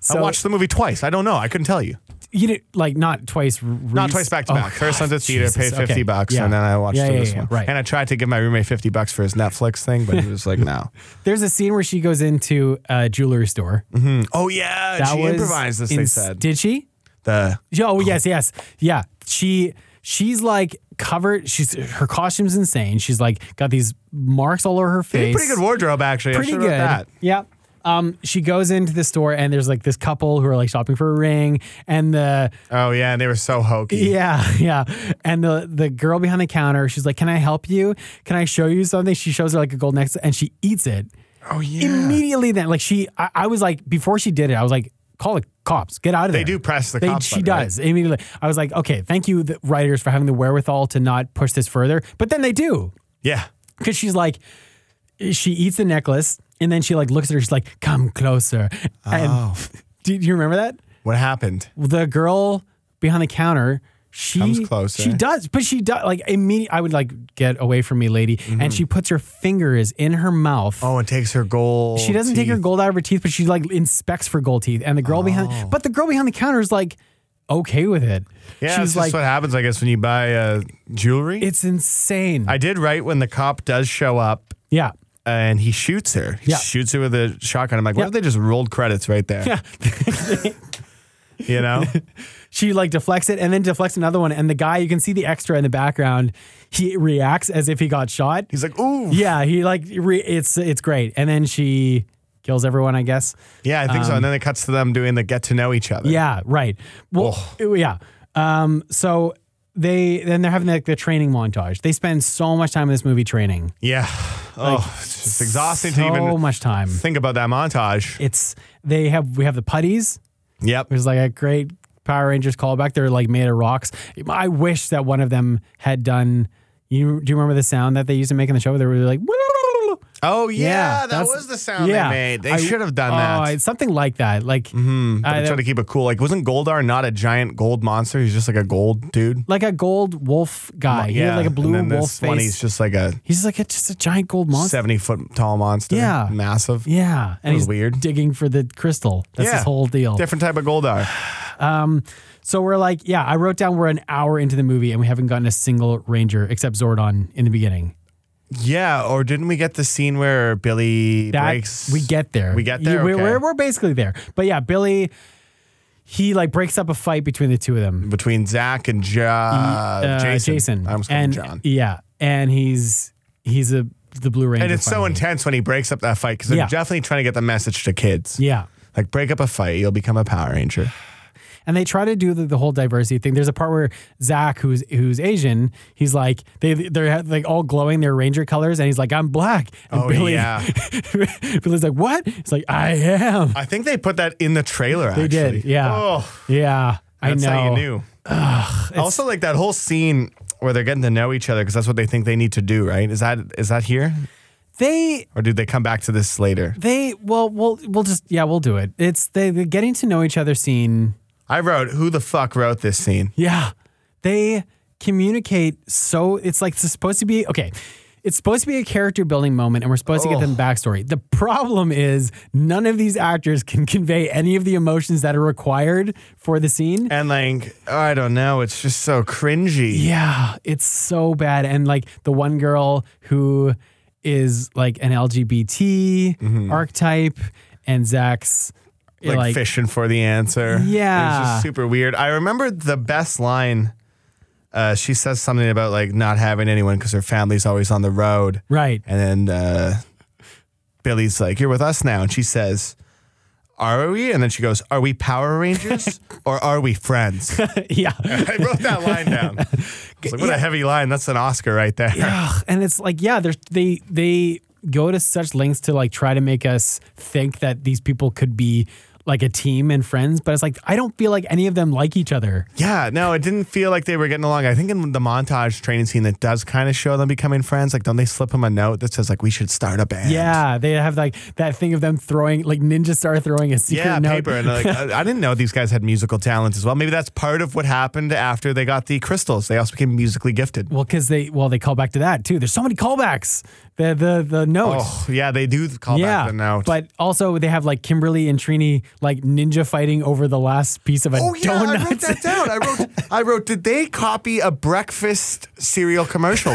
So
I watched the movie twice. I don't know. I couldn't tell you.
you did like not twice.
Not twice back
Oh,
to back. First one to theater, paid fifty bucks, and then I watched
yeah, yeah,
this
yeah,
one.
Right.
And I tried to give my roommate fifty bucks for his Netflix thing, but he was like, "No."
There's a scene where she goes into a jewelry store.
Oh yeah,
That
she
was
improvised this. they
ins-
said Uh-huh.
Did she?
the
Yeah, Oh yes, yes, yeah. She she's like covered. She's her costume's insane. She's like got these marks all over her
they had
face.
pretty good wardrobe actually.
Pretty
I
good.
good. That.
Yeah. Um, she goes into the store and there's like this couple who are like shopping for a ring, and the
Oh yeah, and they were so hokey.
yeah, yeah, and the the girl behind the counter, she's like, "Can I help you? Can I show you something?" She shows her like a gold necklace, and she eats it
Oh yeah.
immediately. Then like she, I, I was like, before she did it, I was like, "Call the cops, get out of
They
there."
do press the cops
She
button, right?
does immediately. I was like, "Okay, thank you, the writers, for having the wherewithal to not push this further." But then they do
yeah.
because she's like she eats the necklace and then she like looks at her she's like come closer
Oh.
and do you remember that
What happened?
the girl behind the counter she
Comes closer.
she does but she does like immediately i would like get away from me lady and she puts her fingers in her mouth
Mm-hmm. Oh, it takes her gold.
she doesn't take her
teeth.
gold out of her teeth but she like inspects for gold teeth and the girl
Oh.
behind but the girl behind the counter is like okay with it
Yeah,
she's
she's
like
what happens, I guess, when you buy uh, jewelry.
it's insane
I did right when the cop does show up.
yeah
And he shoots her. He
Yeah.
shoots her with a shotgun. I'm like, what
Yeah.
if they just rolled credits right there?
yeah
You know?
she like deflects it and then deflects another one and the guy you can see the extra in the background he reacts as if he got shot
He's like, ooh.
yeah he like re- it's it's great and then she kills everyone i guess
Yeah, I think so. And then it cuts to them doing the get to know each other.
Um, yeah right well yeah um so they then they're having like the training montage they spend so much time in this movie training
Yeah. Oh, it's just exhausting
so
to even
much time
think about that montage.
it's they have we have the putties
Yep.
There's like a great Power Rangers callback. They're like made of rocks. I wish that one of them had done. You do you remember the sound that they used to make in the show? They were like,
Oh, yeah. that
that's-
was the sound
yeah.
they made. They
I-
should have done
oh,
that. Mm-hmm.
it's something like that. Like, uh, I-
They tried to keep it cool. Like, wasn't Goldar not a giant gold monster? He's just like a gold dude.
like a gold wolf guy. He had like a blue
and then
wolf
this one,
face.
he's just like a
he's just like a, just a giant gold monster.
70 foot tall monster.
Yeah.
Massive.
Yeah, and
was
he's
weird.
digging for the crystal. That's
Yeah.
his whole deal.
Different type of Goldar.
So we're like, yeah, I wrote down we're an hour into the movie and we haven't gotten a single ranger except Zordon in the beginning.
Yeah, or didn't we get the scene where Billy
that
breaks?
we get there.
We get
You-
there.
we're,
okay.
we're, we're basically there. But yeah, Billy, he like breaks up a fight between the two of them.
Between Zach and ja-
Uh,
Jason.
Jason.
I almost called him
and E,
John.
yeah, and he's he's a the Blue Ranger.
And it's so
finally.
intense when he breaks up that fight because they're
Yeah.
definitely trying to get the message to kids.
Yeah,
Like, break up a fight, you'll become a Power Ranger.
and they try to do the, the whole diversity thing. There's a part where Zach, who's who's Asian, he's like they they're like all glowing their Ranger colors, and he's like I'm black. And
Oh, yeah.
Billy's like what? He's like I am.
I think they put that in the trailer,
They
actually.
did. Yeah.
Oh,
Yeah. I
that's
know.
how you knew. also, like that whole scene where they're getting to know each other because that's what they think they need to do, right? Is that is that here?
They
Or did they come back to this later?
They well, we'll we'll just yeah, we'll do it. It's the, the getting to know each other scene.
I wrote, who the fuck wrote this scene?
Yeah, they communicate so it's like it's supposed to be okay. It's supposed to be a character building moment, and we're supposed to get them backstory. The problem is none of these actors can convey any of the emotions that are required for the scene.
And like, I don't know, it's just so cringy.
Yeah, it's so bad. And like the one girl who is like an LGBT archetype, and Zach's
like,
like
fishing for the answer.
Yeah.
It was just super weird. I remember the best line. Uh, she says something about like not having anyone because her family's always on the road.
right.
And then uh, Billy's like, You're with us now. And she says, Are we? And then she goes, Are we Power Rangers or are we friends?
yeah.
I wrote that line down. I was like, What a heavy line. That's an Oscar right there.
Ugh, and it's like yeah, there's they they go to such lengths to like try to make us think that these people could be like a team and friends, but it's like I don't feel like any of them like each other.
Yeah, no, it didn't feel like they were getting along. I think in the montage training scene that does kind of show them becoming friends. Like, don't they slip him a note that says like we should start a band?
Yeah, they have like that thing of them throwing like ninja star throwing a secret
Yeah,
note.
paper. And like, I I didn't know these guys had musical talents as well. Maybe that's part of what happened after they got the crystals. They also became musically gifted.
Well, because they well they call back to that too. There's so many callbacks. The the the note.
Oh, yeah, they do call
yeah,
back the note.
but also they have like Kimberly and Trini like ninja fighting over the last piece of a
oh yeah, I wrote
donut.
that down. I wrote, I wrote. Did they copy a breakfast cereal commercial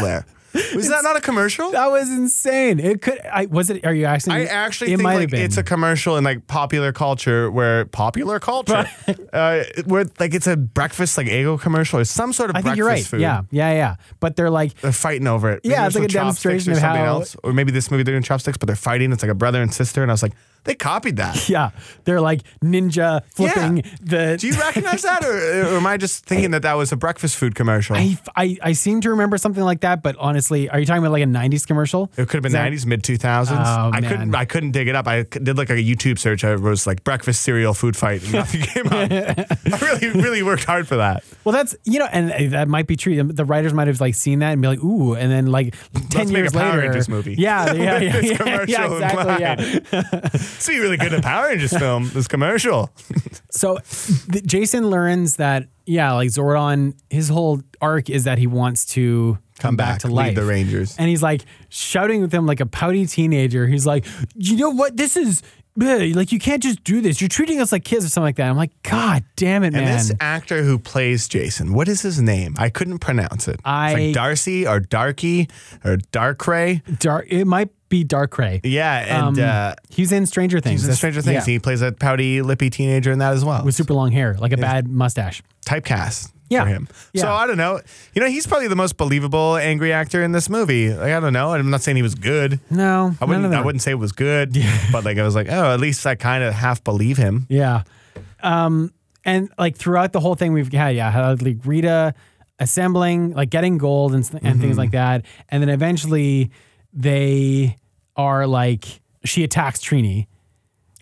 there? Was that not a commercial?
That was insane. It could. I was it. Are you asking?
I
me?
actually
it
think
might
like
have been.
it's a commercial in like popular culture where popular culture, uh, where like it's a breakfast like Eggo commercial or some sort of
I think
breakfast
you're right.
food.
Yeah, yeah, yeah. But they're like,
They're fighting over it. Maybe
Yeah, it's like
there's no
a
chopsticks
demonstration
or
of
something
how-
else. Or maybe this movie they're doing chopsticks, but they're fighting. It's like a brother and sister. And I was like, they copied that.
yeah, they're like ninja flipping the.
Do you recognize that, or, or am I just thinking that that was a breakfast food commercial?
I, I, I seem to remember something like that, but honestly, are you talking about like a '90s commercial?
It could have been
Is that-
nineties, mid two thousands.
Oh,
I
man.
couldn't. I couldn't dig it up. I c- did like a YouTube search. I was like breakfast cereal food fight, and nothing came up. I really, really worked hard for that.
Well, that's you know, and uh, that might be true. The writers might have like seen that and be like, "Ooh," and then like 10
make a
years
Power
later,
Rangers movie.
Yeah, yeah, yeah,
With this
yeah, yeah,
commercial in
exactly. Yeah.
This would be really good in Power Rangers film. This commercial.
So th- Jason learns that yeah, like Zordon, his whole arc is that he wants to come,
back,
to
lead
life,
the Rangers.
and he's like shouting with them like a pouty teenager. He's like, you know what, this is. bleh, Like you can't just do this. You're treating us like kids or something like that. I'm like, God damn it,
And
man!
this actor who plays Jason, what is his name? I couldn't pronounce it.
I-
it's like Darcy or Darky or Darkray.
Dark. It might be Darkrai.
Yeah,
Um,
and uh,
he's in Stranger Things.
he's in
That's-
Stranger Things.
yeah.
He plays a pouty, lippy teenager in that as well.
with super long hair, like a bad mustache.
typecast
Yeah.
for him. So
Yeah.
I don't know. You know, he's probably the most believable angry actor in this movie. Like I don't know. I'm not saying he was good.
No,
I
none
wouldn't.
of them.
I wouldn't say it was good. But like I was like, oh, at least I kind of half believe him.
Yeah. Um, and like throughout the whole thing, we've had yeah, had, like Rita assembling, like getting gold and, s- and things
Mm-hmm.
like that, and then eventually they are like she attacks Trini.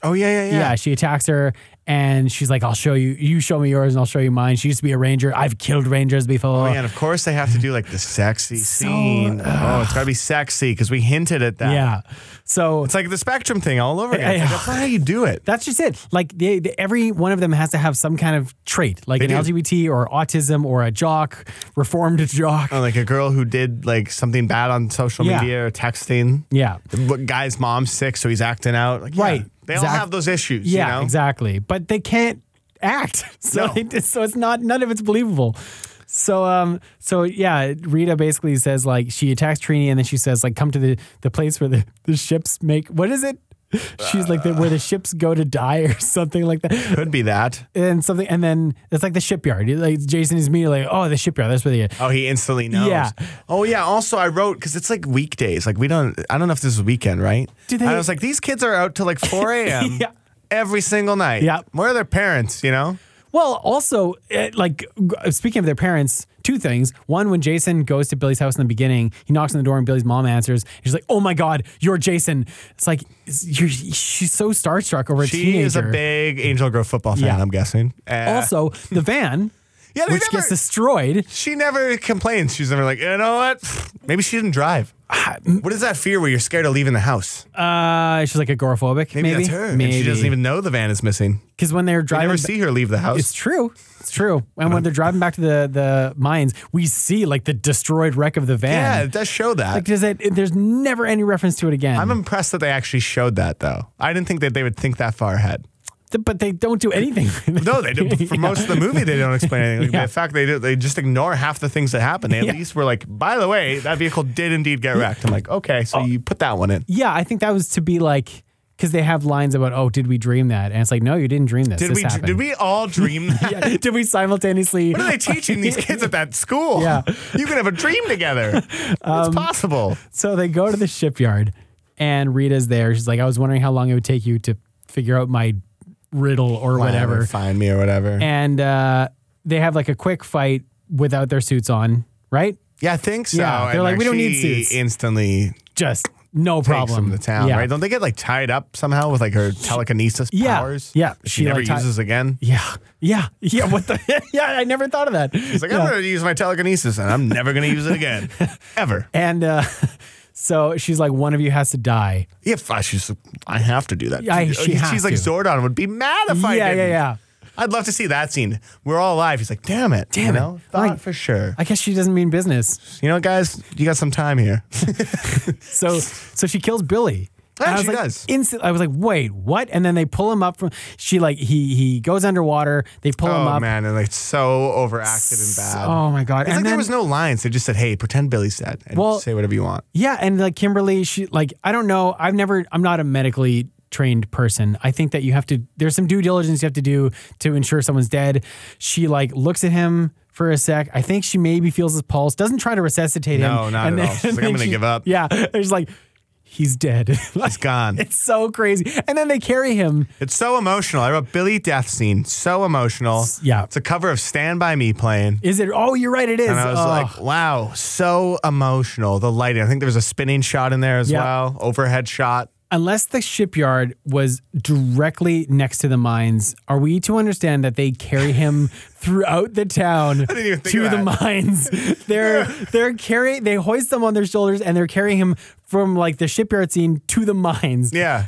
Oh yeah, yeah,
Yeah.
yeah.
she attacks her, and she's like, "I'll show you. You show me yours, and I'll show you mine." She used to be a ranger. I've killed rangers before.
Oh, yeah, and of course they have to do like the sexy scene. oh, it's got to be sexy because we hinted at that.
yeah. So
It's like the spectrum thing all over again. It's like, that's not how you do it.
That's just it. Like they, they- every one of them has to have some kind of trait, like
They
an
do.
LGBT or autism or a jock, reformed jock.
Oh, like a girl who did like something bad on social
Yeah.
media or texting.
yeah.
The guy's mom's sick, so he's acting out. Like, yeah,
Right.
They all
Exact-
have those issues.
Yeah,
you know?
exactly. But they can't act. So
No.
it, so it's not none of it's believable. So um so yeah, Rita basically says like she attacks Trini and then she says like come to the the place where the, the ships make what is it? She's like the, where
Uh.
the ships go to die or something like that.
Could be that.
And something and then it's like the shipyard. Like Jason is immediately like, "Oh, the shipyard. That's where they
Oh, he instantly knows.
Yeah.
Oh, yeah. Also, I wrote because it's like weekdays. Like we don't. I don't know if this is weekend, right?
Do they-
I was like, these kids are out till like 4 a.m.
Yeah.
every single night.
Yeah.
Where are their parents? You know.
Well, also, eh, like g- speaking of their parents, two things. One, when Jason goes to Billy's house in the beginning, he knocks on the door and Billy's mom answers. She's like, "Oh my God, you're Jason!" It's like is- you're, she's so starstruck over a
She
teenager.
is a big Angel Grove football fan.
Yeah.
I'm guessing. Uh,
also, the van,
yeah, they
which
never,
gets destroyed.
she never complains. She's never like, you know what? Maybe she didn't drive.
Ah,
What is that fear where you're scared of leaving the house?
Uh, she's like agoraphobic. Maybe,
Maybe, that's her.
Maybe
And she doesn't even know the van is missing.
because when they're
I
driving,
never
ba-
see her leave the house.
It's true. It's true. And when they're driving back to the the mines, we see like the destroyed wreck of the van.
yeah, it does show that.
Like, does it? There's never any reference to it again.
I'm impressed that they actually showed that though. I didn't think that they would think that far ahead.
Th- but they don't do anything.
No, they did, for most of the movie they don't explain anything.
Yeah.
In fact, they do, they just ignore half the things that happen. They at least were like, by the way, that vehicle did indeed get wrecked. I'm like, okay,
Oh.
so you put that one in.
Yeah, I think that was to be like because they have lines about oh, did we dream that? And it's like no, you didn't dream this.
Did
This
we
happened.
did we all dream that?
Yeah, did we simultaneously?
What are they teaching these kids at that school?
Yeah. Um,
You can have a dream together. it's possible.
So they go to the shipyard, and Rita's there. She's like, I was wondering how long it would take you to figure out my riddle or whatever.
Find me or whatever.
And uh, they have like a quick fight without their suits on, right?
yeah, I think so.
Yeah, they're like, we don't need suits.
Instantly
Just no
takes
problem.
them to town,
yeah.
right? Don't they get like tied up somehow with like her telekinesis
Yeah,
powers?
yeah.
that she,
She,
never
like, ti-
uses again.
yeah, yeah, yeah. What the? yeah, I never thought of that.
She's like, "Oh, I'm
Yeah.
going to use my telekinesis and I'm never going to use it again, ever.
And uh, so she's like, one of you has to die.
If I, she's, I have to do that. oh,
Yeah, she
she's
has
like
to.
Zordon would be mad if I
yeah, yeah,
didn't.
yeah.
I'd love to see that scene. We're all alive. He's like, damn it, damn you
it.
know? Thought
Like-
for sure.
I guess she doesn't mean business.
you know, guys, you got some time here.
So so she kills Billy.
Yeah,
And I was
she
like,
does.
Instant, I was like, wait, what? And then they pull him up from. She like he he goes underwater. They pull him
oh
up.
man, and like so overacted and bad.
Oh my god!
It's
and
like
then-
there was no lines. They just said, "Hey, pretend Billy's dead and
Well-
say whatever you want."
Yeah, and like Kimberly, she like I don't know. I've never. I'm not a medically trained person. I think that you have to. There's some due diligence you have to do to ensure someone's dead. She like looks at him for a sec. I think she maybe feels his pulse. Doesn't try to resuscitate him.
No, not at all. She's like,
and
"I'm gonna
she-
give up."
Yeah, and she's like, he's dead. like,
He's gone.
It's so crazy. And then they carry him.
It's so emotional. I wrote Billy death scene. So emotional.
yeah.
It's a cover of Stand By Me playing.
Is it? Oh, you're right. It is.
And I was
Oh.
like, wow, so emotional. The lighting. I think there was a spinning shot in there as
Yeah.
well, overhead shot.
unless the shipyard was directly next to the mines, are we to understand that they carry him throughout the town
didn't even think
to
of
the
that.
mines? They're they're carrying they hoist them on their shoulders and they're carrying him from like the shipyard scene to the mines.
Yeah.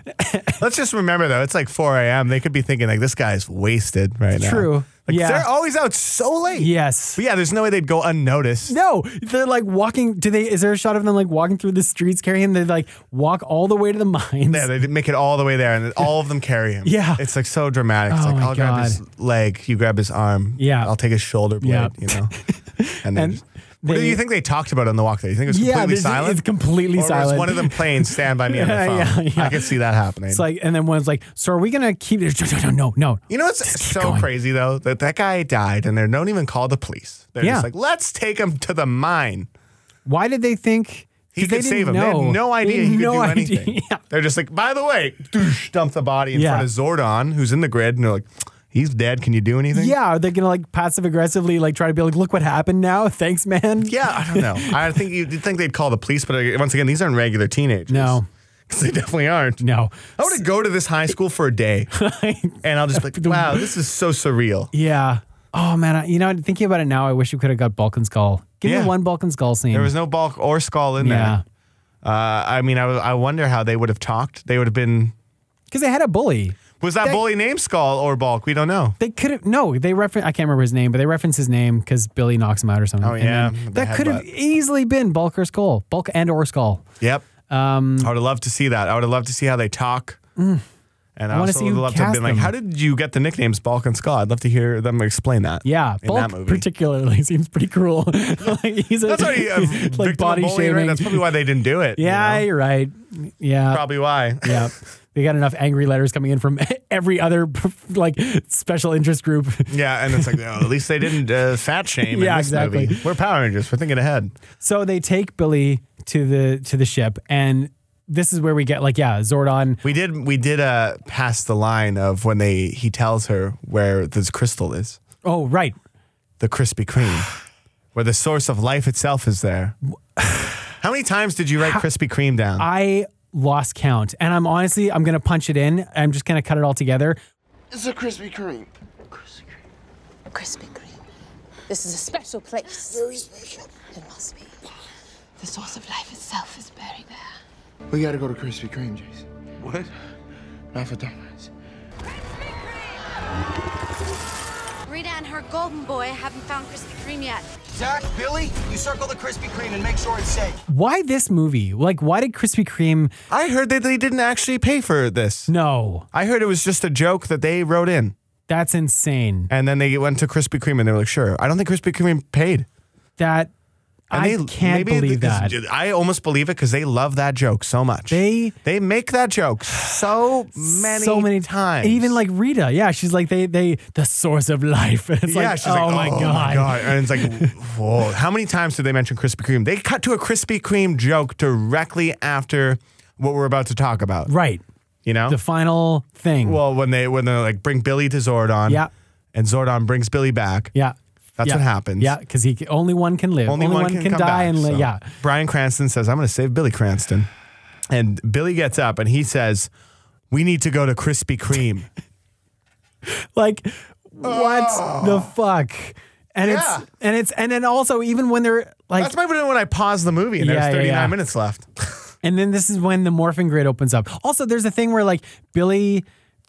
Let's just remember though, it's like 4 a.m. They could be thinking like this guy's wasted right now.
True.
Like,
Yeah.
They're always out so late.
Yes.
But yeah, there's no way they'd go unnoticed.
No, they're like walking. Do they? Is there a shot of them like walking through the streets carrying him? They like walk all the way to the mines.
Yeah, they make it all the way there, and all of them carry him.
Yeah.
it's like so dramatic. It's
Oh
like
my
I'll grab his leg, you grab his arm.
Yeah.
I'll take his shoulder blade.
Yeah.
You know, and then.
And
just- what do
they-
you think they talked about on the walk there? You think it was
Yeah,
completely
this is-
silent?
it's completely
or Was
silent.
one of them playing "Stand by Me" on the
Yeah,
phone?
yeah, yeah.
I could see that happening.
It's like, and then one's like, "So are we gonna keep?" No, no, no.
you know what's
Just keep
so
going.
crazy though that that guy died, and they don't even call the police. They're
Yeah.
just like, "Let's take him to the mine."
Why did they think
He
'cause they
could
didn't
save him.
Know.
They had no idea
They
he
had
could
no
do
idea.
anything.
Yeah.
They're just like, by the way, douche, dump the body in
Yeah.
front of Zordon, who's in the grid, and they're like, he's dead. Can you do anything?
Yeah, are they gonna like passive aggressively like try to be like, look what happened now? Thanks, man.
Yeah, I don't know. I think you'd think they'd call the police, but uh, once again, these aren't regular teenagers.
No.
Because they definitely aren't.
No.
I want to go to this high school for a day, and I'll just be like, wow, this is so surreal.
Yeah. Oh man, I, you know, thinking about it now, I wish you could have got Balkan Skull. Give
Yeah.
me one Balkan Skull scene.
There was no bulk or skull in
yeah,
there. Uh, I mean, I, w- I wonder how they would have talked. They would have been.
because they had a bully.
Was that,
They-
bully named Skull or Bulk? We don't know.
They could have no. They reference. I can't remember his name, but they reference his name because Billy knocks him out or something.
Oh,
And
yeah,
then
with the
that could have
headbutt.
easily been Bulk or Skull, Bulk and or Skull.
Yep. Um, I would have loved to see that. I would have loved to see how they talk. And I,
Mm. wanna
also
see
would
who
love to have
cast
been like,
them.
how did you get the nicknames Balk and Skull? I'd love to hear them explain that.
Yeah,
in
Bulk
that movie.
particularly seems pretty cruel. like he's a,
That's already uh,
like body shaming.
That's probably why they didn't do it. you
yeah,
know?
you are right. Yeah,
probably why.
yeah. They got enough angry letters coming in from every other like special interest group.
Yeah, and it's like, oh, at least they didn't uh, fat shame.
Yeah,
in this
exactly.
Movie. We're Power Rangers. We're thinking ahead.
So they take Billy to the to the ship, and this is where we get like yeah, Zordon.
We did. We did uh, pass the line of when they he tells her where this crystal is,
Oh right,
the Krispy Kreme, where the source of life itself is there. How many times did you write Krispy Kreme down?
I lost count, and I'm honestly I'm gonna punch it in. I'm just gonna cut it all together.
It's a Krispy Kreme.
Krispy Kreme. This is a special place.
Very special.
It must be. The source of life itself is buried there.
We gotta go to Krispy Kreme, Jason. What? Not for donuts.
Rita and her golden boy haven't found Krispy Kreme yet.
Zach, Billy, you circle the Krispy Kreme and make sure it's safe.
Why this movie? Like why did Krispy Kreme?
I heard that they didn't actually pay for this.
No,
I heard it was just a joke that they wrote in,
that's insane.
and then they went to Krispy Kreme, and they were like, "Sure." I don't think Krispy Kreme paid.
That
And
I
they-
can't
maybe
believe
this-
that.
I almost believe it because they love that joke so much.
They-
they make that joke so many
so many
times.
Even like Rita, yeah, she's like they they the source of life. And it's
yeah,
like,
she's
oh,
like,
my, god.
and it's like, whoa! How many times did they mention Krispy Kreme? They cut to a Krispy Kreme joke directly after what we're about to talk about.
right?
You know,
The final thing.
well when they when they like bring Billy to Zordon,
Yeah.
and Zordon brings Billy back.
yeah,
That's
Yeah.
what happens.
Yeah, because he only one can live, only, one, can,
come
die,
back,
and li-
so.
yeah,
Brian Cranston says, "I'm going to save Billy Cranston." And Billy gets up and he says, "We need to go to Krispy Kreme."
Like, what the fuck? And
Oh. Yeah.
it's and it's and then also even when they're like
That's my when I paused the movie and
Yeah,
there
yeah,
was 39
yeah.
minutes left.
And then this is when the morphing grid opens up. Also, there's a thing where like Billy,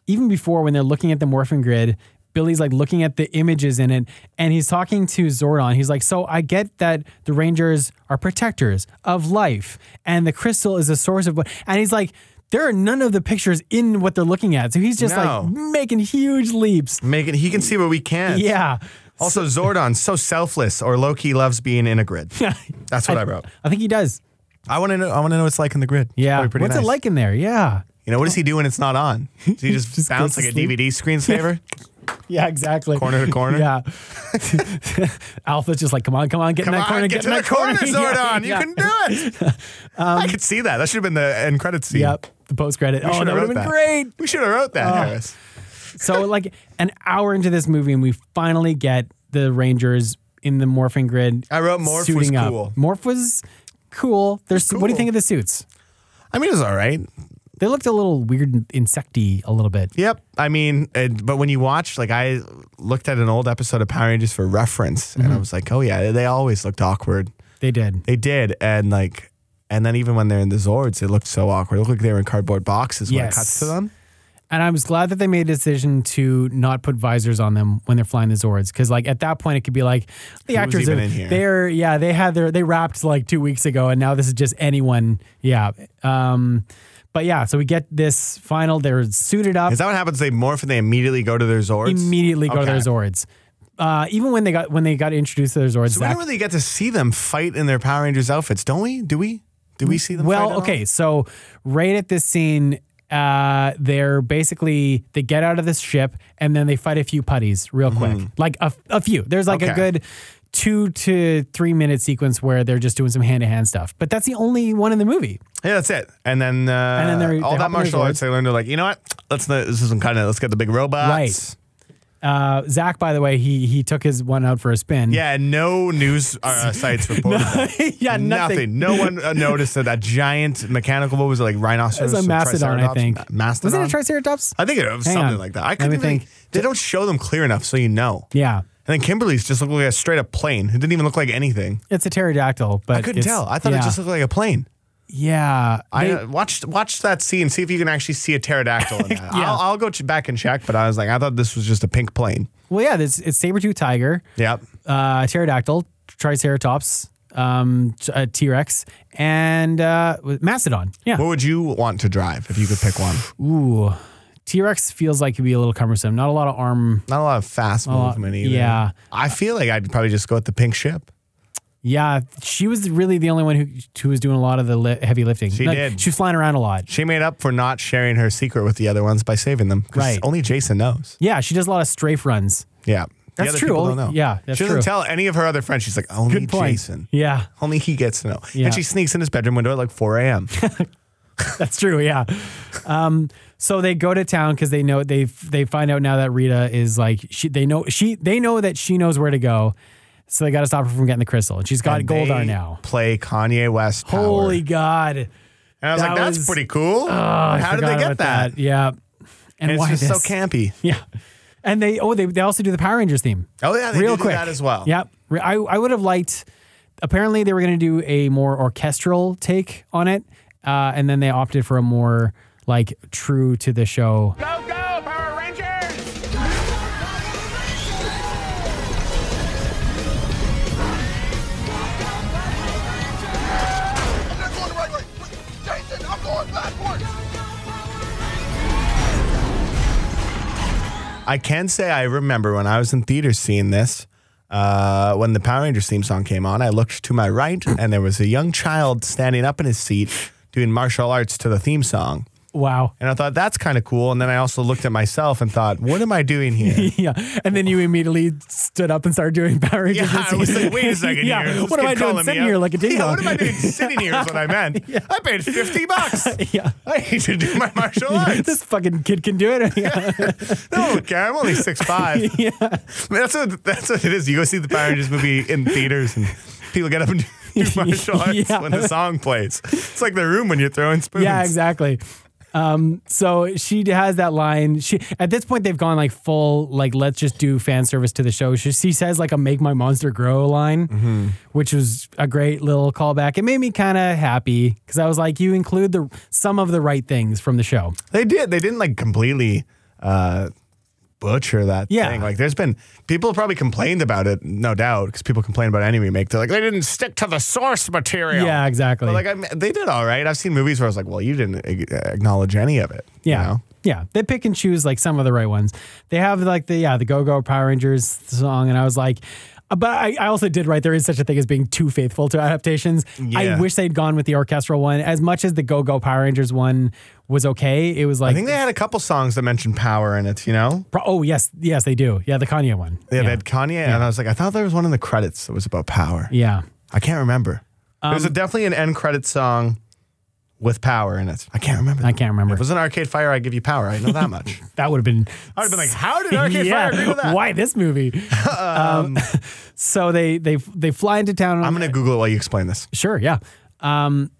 even before when they're looking at the morphing grid, Billy's like looking at the images in it and he's talking to Zordon. He's like, So I get that the Rangers are protectors of life and the crystal is a source of what. And he's like, There are none of the pictures in what they're looking at. So he's just
No.
like making huge leaps.
Megan, he can see what we can.
Yeah.
Also, Zordon's so selfless, or Loki loves being in a grid. That's what I, wrote.
I think he does.
I want to know. I want to know what it's like in the grid. It's
Yeah.
probably
What's
pretty
it
nice.
like in there? Yeah.
You know, what does he do when it's not on? Does he just,
Just goes
bounce
to
like a
sleep.
DVD screensaver,
Yeah, exactly.
corner to corner?
Yeah. Alpha's just like, come on, come on, get
Come
in that
on,
corner,
get,
in
to the
that
corner,
Yeah,
Zordon.
yeah. Um,
You can do it. I could see that. That should have been the end credits scene.
Yep. The post credit.
We
Oh,
should
that
have
would have
wrote
been
that.
great. Oh.
We should have wrote that, Harris.
So, like an hour into this movie, and we finally get the Rangers in the morphing grid.
I wrote Morph was
suiting up.
cool.
Morph was cool. There's what do
cool.
you think of the suits?
I mean, it was all right.
They looked a little weird, and insecty, a little bit.
Yep. I mean, it, but when you watch, like, I looked at an old episode of Power Rangers for reference,
Mm-hmm.
and I was like, oh yeah, they always looked awkward.
They did.
They did, and like, and then even when they're in the Zords, it looked so awkward. It looked like they were in cardboard boxes when it
Yes.
cuts to them.
And I was glad that they made a decision to not put visors on them when they're flying the Zords, because like at that point it could be like the actors
even
are-
in here?
they're yeah they had their they wrapped like two weeks ago, and now this is just anyone yeah. Um, but yeah, so we get this final. They're suited up
Is that what happens? They morph and they immediately go to their Zords.
immediately, go to
Okay.
their Zords. Uh, even when they got when they got introduced to their Zords,
So we
Zach-
don't really get to see them fight in their Power Rangers outfits, don't we? Do we? Do we see them? fight at
Well,
all?
okay, so right at this scene, uh, they're basically they get out of this ship and then they fight a few putties real quick, like a, a few. There's like
Mm-hmm. Okay.
a good two to three minute sequence where they're just doing some hand to hand stuff, but that's the only one in the movie.
Yeah, that's it. And then, uh,
then they're-
all
they hop
that
in their
martial arts
Zords.
they learned are like, you know what? Let's not, this isn't kind of let's get the big robots.
Right. Uh, Zach, by the way, he he took his one out for a spin.
Yeah, and no news uh, sites reported. that.
yeah, nothing.
nothing. No one uh, noticed that that giant mechanical what was it like rhinoceros?
It's a
or
mastodon, I
triceratops?
think.
Ma- Mastodon.
Was it a triceratops?
I think it was
Hang
something
on.
like that. I
Let
couldn't
me
even-
think.
They don't show them clear enough, so you know.
yeah,
And then Kimberly's just looked like a straight up plane. It didn't even look like anything.
it's a pterodactyl, but
I couldn't
it's-
tell. I thought
yeah.
it just looked like a plane.
yeah.
I
They-
uh, watched watch that scene. See if you can actually see a pterodactyl. In that. I'll, I'll go ch- back and check. But I was like, I thought this was just a pink plane.
well, yeah, this it's saber tooth tiger.
Yep.
uh, pterodactyl, triceratops, um, t- uh, T Rex, and uh, mastodon.
What
Yeah.
would you want to drive if you could pick one?
Ooh. T Rex feels like it'd be a little cumbersome. Not a lot of arm.
Not a lot of fast movement either.
yeah.
I feel like I'd probably just go with the pink ship.
Yeah, she was really the only one who who was doing a lot of the li- heavy lifting.
She
Like,
did.
She was flying around a lot.
She made up for not sharing her secret with the other ones by saving them. 'cause
Right.
Only Jason knows.
Yeah, she does a lot of strafe runs.
Yeah.
That's
the other
true.
People don't know.
Yeah, that's
she doesn't
true.
tell any of her other friends. She's like, only
Good point.
Jason.
Yeah,
Only he gets to know.
Yeah.
And she sneaks in his bedroom window at like 4 a.m.
that's true. Yeah. Um, so they go to town because they know they they find out now that Rita is like she they know she they know that she knows where to go, so they got to stop her from getting the crystal, and she's got
And
gold
they
on now.
Play Kanye West. Power.
Holy God.
And I was
that
like, that's
was- Ah,
pretty cool. How did they
Forgot
get
about
that?
Yeah. And,
And it's
why
just
this?
so campy.
Yeah. And they, oh, they, they also do the Power Rangers theme.
Oh, yeah. They
Real
do do
quick.
that as well.
Yep. Re- I, I would have liked, apparently, they were going to do a more orchestral take on it. Uh, and then they opted for a more like true to the show.
Go, go, Power Rangers!
They're going right way. Jason, I'm going backwards.
I can say I remember when I was in theater seeing this. Uh, when the Power Rangers theme song came on, I looked to my right and there was a young child standing up in his seat doing martial arts to the theme song.
Wow.
And I thought that's kind of cool. And then I also looked at myself and thought, what am I doing here?
Yeah. And then you immediately stood up and started doing Power Rangers. yeah. What am I doing sitting here like a ding
Yeah,
dong?
what am I doing sitting here is what I meant. I paid 50 bucks.
Yeah.
I need to do my martial arts.
This fucking kid can do it. Yeah.
No, okay, I'm only six five. yeah, that's what that's what it is. You go see the Power Rangers movie in theaters, and people get up and do martial arts
Yeah.
when the song plays. It's like the room when you're throwing spoons.
Yeah, exactly. Um, so she has that line. She at this point they've gone like full like let's just do fan service to the show. She, she says like a "Make My Monster Grow" line,
Mm-hmm.
which was a great little callback. It made me kind of happy because I was like, you include the some of the right things from the show.
They did. They didn't like completely uh, butcher that
Yeah.
thing. Like, there's been people probably complained about it, no doubt, because people complain about any remake. They're like, they didn't stick to the source material.
Yeah, exactly.
But like, I, they did all right. I've seen movies where I was like, well, you didn't a- acknowledge any of it. you
Yeah.
know?
Yeah. They pick and choose like some of the right ones. They have like the yeah, the Go Go Power Rangers song. And I was like, uh, but I, I also did write there is such a thing as being too faithful to adaptations.
Yeah.
I wish they'd gone with the orchestral one. As much as the Go Go Power Rangers one was okay, it was like
I think they had a couple songs that mentioned power in it, you know?
Pro- oh yes, yes, they do. Yeah, the Kanye one.
They
yeah.
had Kanye, and I was like, I thought there was one in the credits that was about power.
yeah. Um,
I can't remember. There's a, definitely an end credit song with power in it. I can't remember.
I can't remember.
If it was an Arcade Fire, I give you power. I know that much.
That would have been
I would have been like, how did Arcade Fire agree with that?
Why this movie? um, so they they they fly into town on
I'm gonna Google it while you explain this.
Sure, yeah. Um,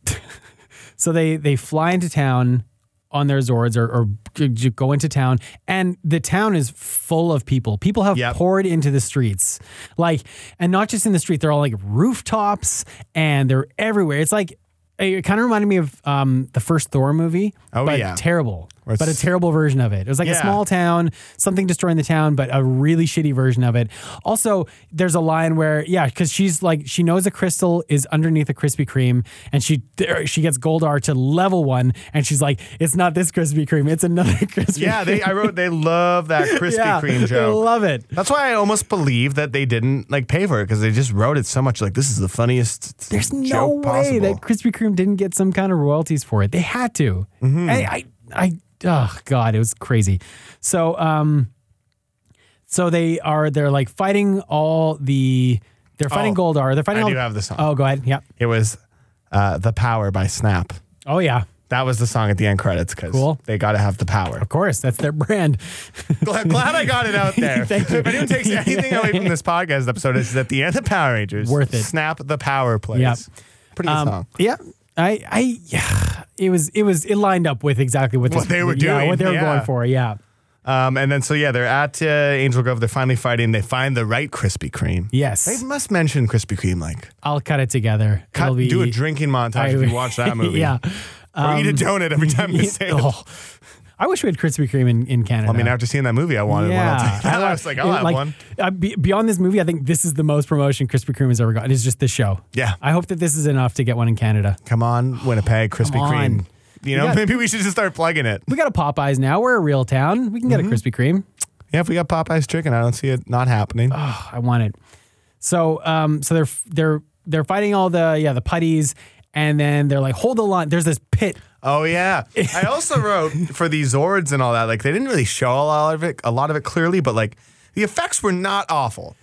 so they they fly into town on their Zords or, or g- g- go into town, and the town is full of people. People have
Yep.
poured into the streets, like, and not just in the street. They're all like rooftops, and they're everywhere. It's like it kind of reminded me of um, the first Thor movie,
Oh,
but
yeah.
terrible,
Or
but a
it's-
terrible version of it. It was like a
Yeah.
small town, something destroying the town, but a really shitty version of it. Also, there's a line where, yeah, because she's like, she knows a crystal is underneath a Krispy Kreme, and she there- she gets Goldar to level one, and she's like, it's not this Krispy Kreme, it's another Krispy.
Yeah, they.
Kreme."
I wrote they love that Krispy
Yeah,
Kreme
they
joke.
love it.
That's why I almost believe that they didn't like pay for it because they just wrote it so much. Like this is the funniest.
There's no
joke
way
possible.
that Krispy Kreme didn't get some kind of royalties for it. They had to.
Mm-hmm.
I, I, I, oh God, it was crazy. So, um, so they are, they're like fighting all the, they're fighting
Oh,
Goldar. They're fighting
I
all,
do have the song.
Oh, go ahead. Yeah.
It was uh, the power by Snap.
Oh yeah.
That was the song at the end credits because
Cool.
they got to have the power.
Of course. That's their brand.
Glad, glad I got it out there.
Thank you.
If anyone takes anything away from this podcast episode, it's that the end of Power Rangers.
Worth it.
Snap the power plays.
Yep. Um,
Pretty good song.
yeah. I, I, yeah. It was, it was, it lined up with exactly what,
What
this-
they were
yeah,
doing,
what they were
yeah.
going for. Yeah.
Um, and then so yeah, they're at uh, Angel Grove. They're finally fighting. They find the right Krispy Kreme.
Yes.
They must mention Krispy Kreme. Like,
I'll cut it together.
cut,
It'll be,
do a drinking montage
I-
if you watch that movie.
yeah. Um,
Or eat a donut every time you
Yeah.
say it.
Oh. I wish we had Krispy Kreme in, in Canada.
I mean, after seeing that movie, I wanted one. I'll take that. I was like, I'll
It-
have one.
uh, be- beyond this movie, I think this is the most promotion Krispy Kreme has ever gotten. It's just this show.
Yeah.
I hope that this is enough to get one in Canada.
Come on, Winnipeg, Krispy
Come on.
Kreme. You know,
got-
maybe we should just start plugging it.
We got a Popeyes now. We're a real town. We can
Mm-hmm.
get a Krispy Kreme.
Yeah, if we got Popeye's chicken, I don't see it not happening.
Oh, I want it. So, um, so they're they're they're fighting all the yeah the putties, and then they're like, hold the line. There's this pit.
Oh yeah. I also wrote for the Zords and all that. Like they didn't really show a lot of it, a lot of it clearly, but like the effects were not awful.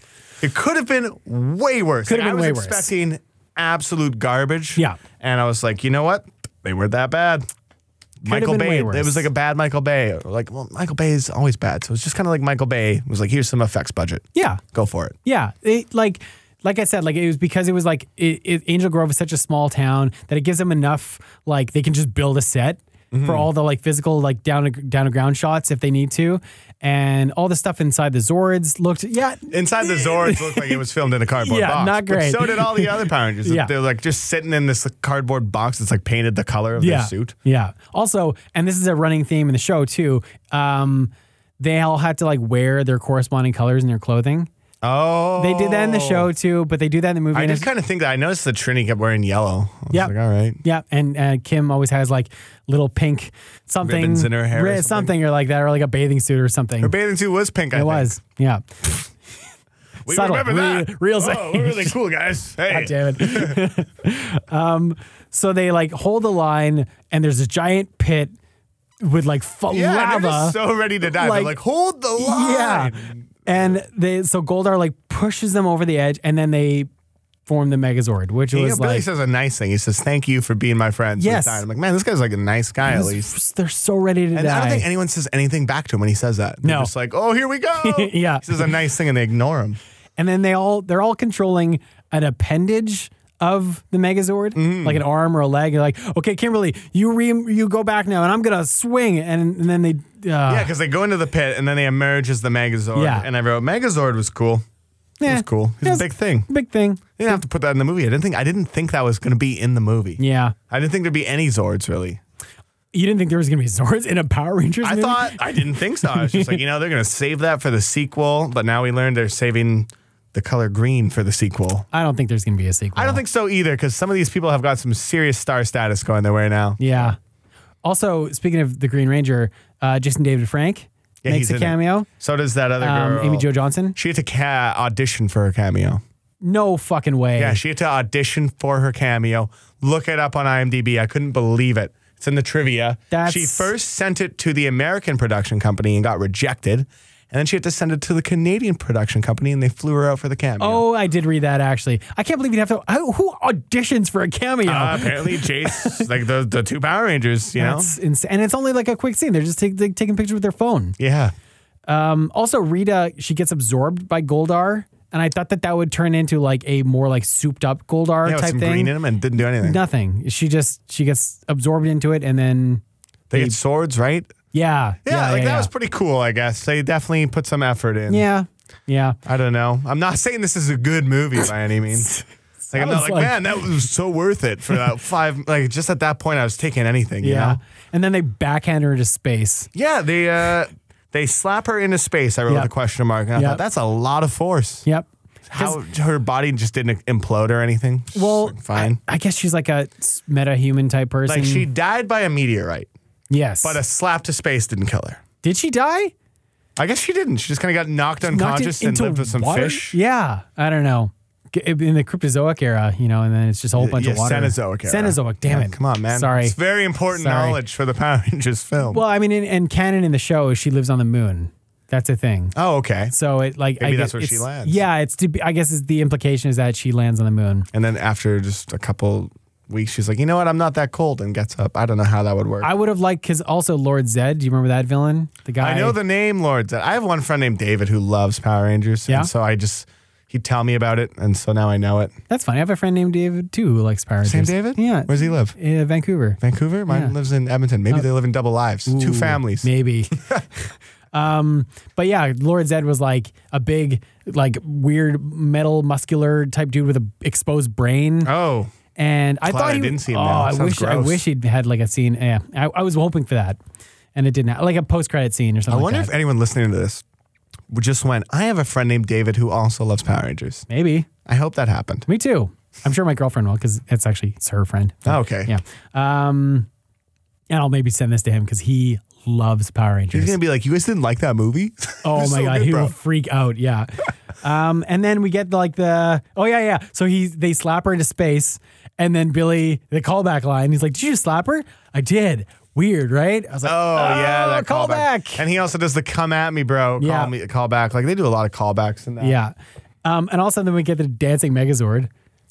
It could have been way worse.
Could
Like,
have been
I
way
was
worse.
expecting absolute garbage.
Yeah.
And I was like, you know what? They weren't that bad. Michael
been
Bay.
way
It
worse.
was like a bad Michael Bay. Like, well, Michael Bay is always bad. So it's just kind of like Michael Bay was like, here's some effects budget.
Yeah,
Go for it.
Yeah, it, like like I said, like it was because it was like it, it, Angel Grove is such a small town that it gives them enough like they can just build a set
Mm-hmm.
for all the like physical like down to, down to ground shots if they need to, and all the stuff inside the Zords looked yeah
Inside the Zords looked like it was filmed in a cardboard
Yeah,
box.
not
but
great.
so did all the other Power Rangers.
Yeah.
They're like just sitting in this cardboard box that's like painted the color of
yeah
their suit.
yeah. Also, and this is a running theme in the show too. Um, they all had to like wear their corresponding colors in their clothing.
Oh.
They did that in the show too, but they do that in the movie.
I
and
just
it's-
kind of think that I noticed that Trini kept wearing yellow. I was
Yep.
like, all right.
Yeah, and uh, Kim always has like little pink something
Ribbons in her hair or
ri-
something.
or like that, or like a bathing suit or something.
Her bathing suit was pink, I
it
think.
was, yeah.
We
Subtle.
remember
Re-
that.
real
oh, we're really cool, guys. Hey.
God damn it. um, so they like hold the line, and there's this giant pit with like f-
Yeah,
lava.
they're just so ready to die.
Like-
they're like, hold the line.
Yeah. And they so Goldar like pushes them over the edge, and then they form the Megazord, which
You know,
was
Billy
like
says a nice thing. He says, "Thank you for being my friend." since
Yes.
dying." I'm like, man, this guy's like a nice guy at least.
they're so ready to
And
die.
I don't think anyone says anything back to him when he says that. They're
No.
just like, oh, here we go.
Yeah.
He says a nice thing and they ignore him.
and then they all they're all controlling an appendage of the Megazord,
Mm.
like an arm or a leg. You're like, okay, Kimberly, you re- you go back now, and I'm gonna swing, and, and then they,
Yeah,
uh,
because they go into the pit and then they emerge as the Megazord.
Yeah.
And I wrote Megazord was cool. It
yeah,
was cool. It's
Yes.
a big thing.
big thing.
You didn't have to put that in the movie. I didn't think I didn't think that was gonna be in the movie.
Yeah,
I didn't think there'd be any Zords really.
you didn't think there was gonna be Zords in a Power Rangers?
I
movie?
thought I didn't think so. I was just like, you know, they're gonna save that for the sequel, but now we learned they're saving the color green for the sequel.
I don't think there's gonna be a sequel.
I don't think so either, because some of these people have got some serious star status going their way now.
Yeah. Also, speaking of the Green Ranger, uh, Jason David Frank
Yeah,
makes
he's
a
in it.
cameo.
So does that other
Um,
girl,
Amy Jo Johnson.
She had to ca- audition for her cameo.
No fucking way.
Yeah, she had to audition for her cameo. Look it up on IMDb. I couldn't believe it. It's in the trivia.
That's-
She first sent it to the American production company and got rejected. And then she had to send it to the Canadian production company and they flew her out for the cameo.
Oh, I did read that actually. I can't believe you'd have to. Who who auditions for a cameo?
Uh, apparently, Jace, like the, the two Power Rangers, you know?
That's insane. And it's only like a quick scene. They're just take, they taking pictures with their phone.
Yeah.
Um, also, Rita, she gets absorbed by Goldar. And I thought that that would turn into like a more like souped up Goldar
Yeah, with
type
some
thing.
green in them and didn't do anything.
Nothing. She just, she gets absorbed into it. And then,
they had swords, right?
yeah.
Yeah, like that
yeah.
was pretty cool, I guess. They definitely put some effort in.
Yeah. Yeah.
I don't know. I'm not saying this is a good movie by any means. Like, I'm not
Sounds
like,
like-
man, that was so worth it for that five. Like, just at that point, I was taking anything. You
Yeah.
Know?
And then they backhand her into space.
Yeah. They uh, they slap her into space. I wrote
Yep.
the question mark. And I
Yep.
thought that's a lot of force.
Yep.
How her body just didn't implode or anything. She's
Well,
fine.
I, I guess she's like a meta human type person.
like she died by a meteorite,
yes.
but a slap to space didn't kill her.
Did she die?
I guess she didn't. She just kind of got knocked
Knocked it
unconscious and
into
lived with some
water?
fish.
Yeah, I don't know. G- In the Cryptozoic era, you know, and then it's just a whole bunch
yeah,
of water.
Cenozoic era.
Cenozoic, damn
Yeah,
it.
Come on, man.
Sorry.
It's very important
Sorry.
knowledge for the Power Rangers film.
well, I mean, in, in canon in the show, she lives on the moon. That's a thing.
oh, okay.
So it like
Maybe
I
that's
guess
where she
it's-
lands.
Yeah, it's to be, I guess it's the implication is that she lands on the moon.
And then after just a couple weeks, she's like, you know what? I'm not that cold and gets up. I don't know how that would work.
I
I,
would have liked because also Lord Zed. Do you remember that villain? The guy.
know the name, Lord Zed. I have one friend named David who loves Power Rangers.
Yeah?
And so I just, he'd tell me about it. And so now I know it.
That's funny. I have a friend named David too who likes Power Rangers.
Same David?
Yeah.
Where's he live?
Uh, Vancouver.
Vancouver? Mine
Yeah. Oh.
lives in Edmonton. Maybe they live in double lives. Two
Ooh,
families.
Maybe. um, but yeah, Lord Zed was like a big, like weird metal muscular type dude with a exposed brain.
Oh.
and I
Glad
thought
I
he
didn't see him
Oh,
now.
I
Sounds
wish I
gross.
wish he'd had like a scene. Yeah, I, I was hoping for that, and it didn't. ha- Like a post credit scene or
I
something.
wonder
like
if
that.
anyone listening to this would just went, I have a friend named David who also loves Power Rangers.
maybe
I hope that happened.
me too. I'm sure my girlfriend will because it's actually it's her friend.
Oh, okay.
Yeah. Um, and I'll maybe send this to him because he loves Power Rangers.
He's going to be like, you guys didn't like that movie?
Oh my
It's so
god,
good,
he
bro.
will freak out. Yeah. um, and then we get like the oh yeah yeah. So he they slap her into space, and then Billy the callback line. He's like, "Did you just slap her? I did. Weird, right? I was like,
Oh, yeah, that
callback.
callback. And he also does the "come at me, bro."
Ah, Yeah.
Call me, call back. Like they do a lot of callbacks in that.
yeah. Um, and also then we get the dancing Megazord.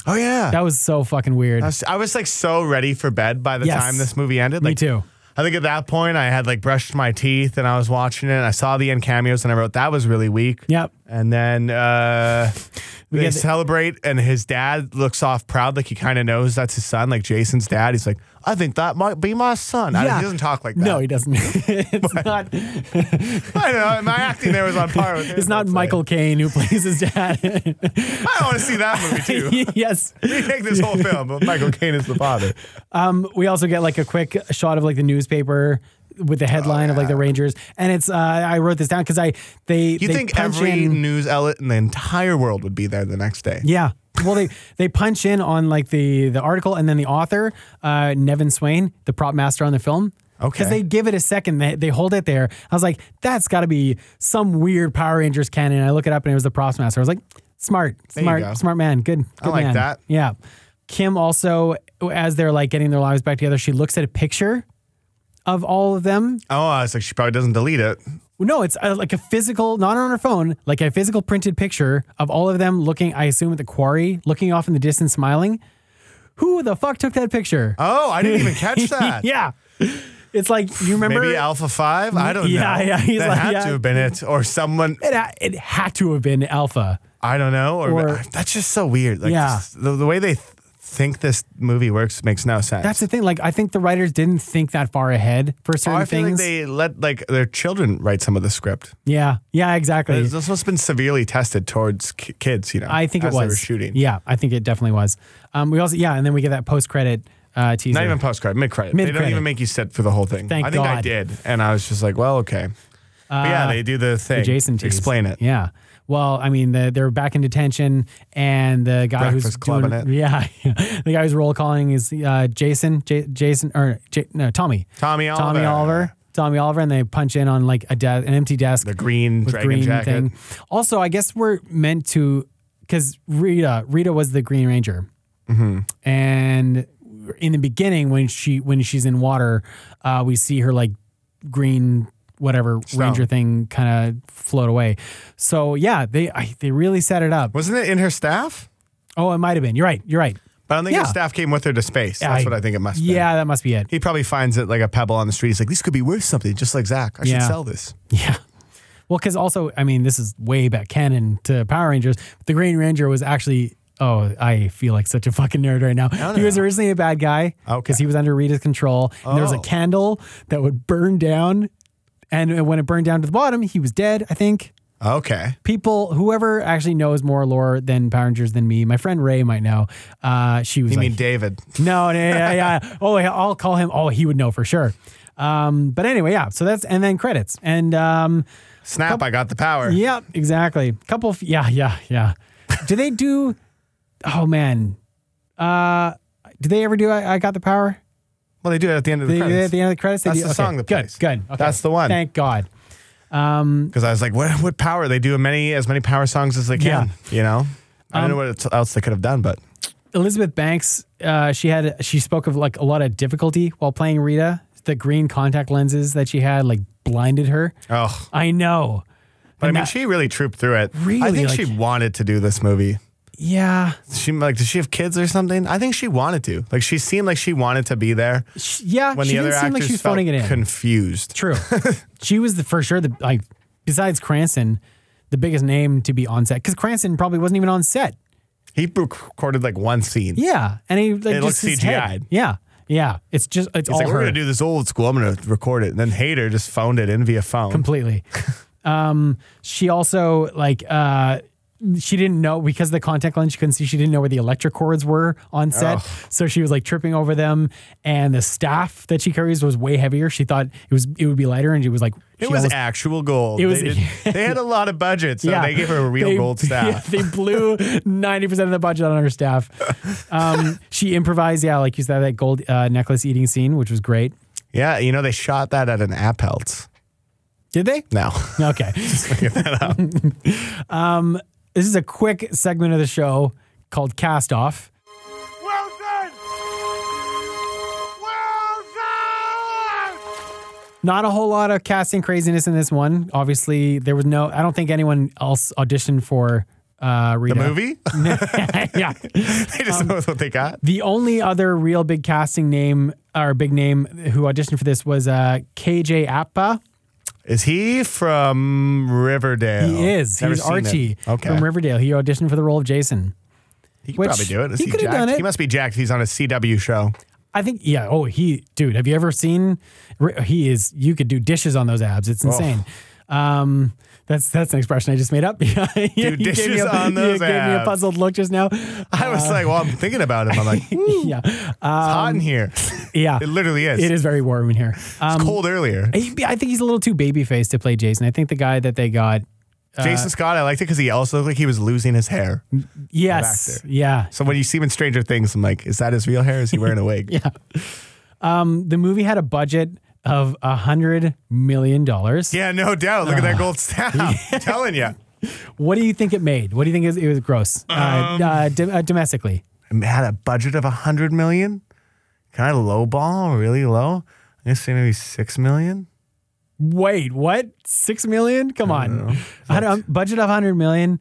Oh yeah.
That was so fucking weird.
I was, I was like so ready for bed by the
Yes.
time this movie ended.
Me
Like,
too.
I think at that point I had like brushed my teeth and I was watching it. And I saw the end cameos and I wrote that was really weak.
Yep.
And then uh,
We
they
get the-
celebrate and his dad looks off proud, like he kind of knows that's his son, like Jason's dad. He's like, I think that might be my son. I-
Yeah.
he doesn't talk like that.
No, he doesn't. it's not.
I don't know. My acting there was on par with.
It's
his,
not
I'd say.
Michael Caine who plays his dad.
I want to see that movie too.
yes.
Take this whole film, but Michael Caine is the father.
we also get like a quick shot of like the newspaper with the headline of like the Rangers, and it's uh, I wrote this down because I they
Oh, You
they
think
punch
every
in,
news outlet in the entire world would be there the next day?
yeah. Well, they they punch in on like the the article, and then the author, uh, Nevin Swain, the prop master on the film.
Okay.
Because they give it a second, they, they hold it there. I was like, that's got to be some weird Power Rangers canon. I look it up, and it was the props master. I was like, smart,
you go.
smart, smart man, good.
I
good
like
man.
that.
Yeah. Kim also, as they're like getting their lives back together, she looks at a picture of all of them.
Oh, I was like, she probably doesn't delete it.
No, it's uh like a physical, not on her phone, like a physical printed picture of all of them looking, I assume, at the quarry, looking off in the distance, smiling. Who the fuck took that picture?
Oh, I didn't even catch that.
yeah. It's like, you remember?
Maybe Alpha Five. I don't
Yeah,
know.
yeah, he's
that
like,
had
yeah.
to have been it, or someone.
it, ha- it had to have been Alpha.
I don't know, or,
Or-
that's just so weird. Like
Yeah.
just the, the way they th- think this movie works makes no sense.
That's the thing. Like, I think the writers didn't think that far ahead for
Oh,
certain
I feel like
things.
they let like their children write some of the script.
yeah, yeah, exactly.
This must have been severely tested towards ki- kids. You know,
I think
as
it was
they were shooting.
Yeah, I think it definitely was. Um, we also yeah, and then we get that post credit uh, teaser.
Not even post credit, mid credit. They don't
Mid-credit.
even make you sit for the whole thing.
Thank
I think I
God. Uh,
did, and I was just like, well, okay. but yeah, they do the thing.
Jason tease.
explain it.
Yeah. Well, I mean, the, they're back in detention, and the guy who's
Breakfast Club
doing,
in it.
yeah, the guy who's roll calling is uh, Jason, J- Jason or J- no Tommy,
Tommy
Tommy
Oliver.
Oliver, Tommy Oliver, and they punch in on like a de- an empty desk,
The green
with
dragon jacket.
Also, I guess we're meant to because Rita, Rita was the Green Ranger,
Mm-hmm.
and in the beginning when she when she's in water, uh, we see her like green whatever ranger thing kind of float away. So yeah, they I, they really set it up.
Wasn't it in her staff?
Oh, it might have been. You're right. You're right.
But I don't think
Yeah.
her staff came with her to space. That's what I think it must be.
Yeah, that must be it.
He probably finds it like a pebble on the street. He's like, this could be worth something, just like Zach. I should
Yeah.
sell this.
Yeah. Well, because also, I mean, this is way back canon to Power Rangers. The Green Ranger was actually. Oh, I feel like such a fucking nerd right now.
no,
he was
no.
originally a bad guy because
Okay.
he was under Rita's control. And there was a
Oh.
candle that would burn down, and when it burned down to the bottom, he was dead. I think
Okay.
people, whoever actually knows more lore than Power Rangers than me, my friend Ray might know. Uh, she was
You
like,
mean David?
no, no, yeah, yeah. Oh, yeah, I'll call him. Oh, he would know for sure. Um, but anyway, yeah. So that's and then credits and um,
Snap, I got the power.
yeah, exactly. Couple. Of, yeah, yeah, yeah. Do they do? Oh man. Uh, do they ever do? I, I got the power.
Well, they do it at the end of
They,
the
do that
credits.
at the end of the credits. They
That's
do?
the song that
good,
plays.
Good. Okay.
That's the one.
Thank God.
Because I was like, what, what power? They do as many as many power songs as they can. You know, I
Um,
don't know what else- else they could have done, but
Elizabeth Banks. Uh, she had. She spoke of like a lot of difficulty while playing Rita. The green contact lenses that she had like blinded her.
oh,
I know.
but I
And
mean,
that-
she really trooped through it. I
Really,
think
like-
she wanted to do this movie.
Yeah.
She like, does she have kids or something? I think she wanted to. Like, she seemed like she wanted to be there.
Sh- yeah,
When
she
the other
didn't
actors
seem like she was
felt
phoning it in.
confused.
True. she was the for sure the like besides Cranston, the biggest name to be on set because Cranston probably wasn't even on set.
He recorded like one scene.
Yeah, and he like just
It looks
his head.
CGI'd.
Yeah, yeah. It's just it's
He's
all
like, we're
her
gonna do this old school. I'm gonna record it. And then Hater just phoned it in via phone.
completely. um, she also like uh. She didn't know because of the contact lens she couldn't see. She didn't know where the electric cords were on set, so she was like tripping over them. And the staff that she carries was way heavier. She thought it was it would be lighter, and she was like, she
it was
almost-
actual gold.
It was-
they, did- they had a lot of budget, so they gave her a real
They-
gold staff.
yeah, they blew 90% of the budget on her staff. Um, she improvised, yeah, like you said, that gold uh, necklace eating scene, which was great.
Yeah, you know they shot that at an Appelt.
Did they?
No,
Okay. um, this is a quick segment of the show called Cast Off. Not a whole lot of casting craziness in this one. Obviously, there was no, I don't think anyone else auditioned for uh,
the
Rita.
movie.
yeah.
they just
Um,
know what they got.
The only other real big casting name or big name who auditioned for this was uh, KJ Appa.
Is he from Riverdale?
He is.
Oh, Never
He's
seen it.
Archie
Okay,
from Riverdale. He auditioned for the role of Jason.
he could
which
probably do it. Is
he
he
could've
jacked?
done it.
He must be jacked. He's on a CW show.
I think, yeah. Oh, he, dude, have you ever seen? Ri- He is, you could do dishes on those abs.
Oh.
It's insane. Um, that's that's an expression I just made up. Yeah, you gave me
dishes
a-
on those
You gave me a
abs.
puzzled look just now.
I
Uh,
was like, well, I'm thinking about him. I'm like, it's
Yeah, uh,
hot in here.
yeah.
It literally is.
It is very warm in here. Um,
It's cold earlier.
he- I think he's a little too baby faced to play Jason. I think the guy that they got. uh,
Jason Scott, I liked it because he also looked like he was losing his hair.
Yes.
actor.
Yeah.
So when you see him in Stranger Things, I'm like, is that his real hair? Is he wearing a wig? yeah.
the movie had a budget of a hundred million dollars.
no doubt. Look at
Uh,
that gold staff. I'm telling you.
What do you think it made? What do you think is, it was gross uh, uh, do- uh, domestically?
It had a budget of 100 million. Can I lowball really low? I'm going to say maybe 6 million.
Wait, what? Six million? Come on, I don't, budget of hundred million,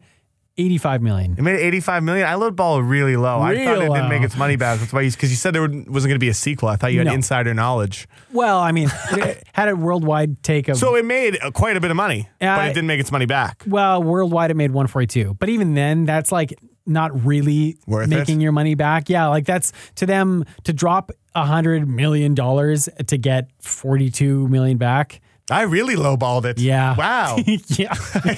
eighty-five million.
It made 85 million. I lowball really low. I thought it
Real
didn't make
low.
its money back. That's why you, because you said there wasn't going to be a sequel. I thought you had
No.
insider knowledge.
Well, I mean, it had a worldwide take of
So it made uh, quite a bit of money,
Yeah,
but
I-
it didn't make its money back.
well, worldwide it made one forty-two. But even then, that's like not really
Worth it?
making your money back. Yeah, like that's to them to drop a hundred million dollars to get forty two million back.
I really lowballed it.
Yeah.
Wow.
yeah.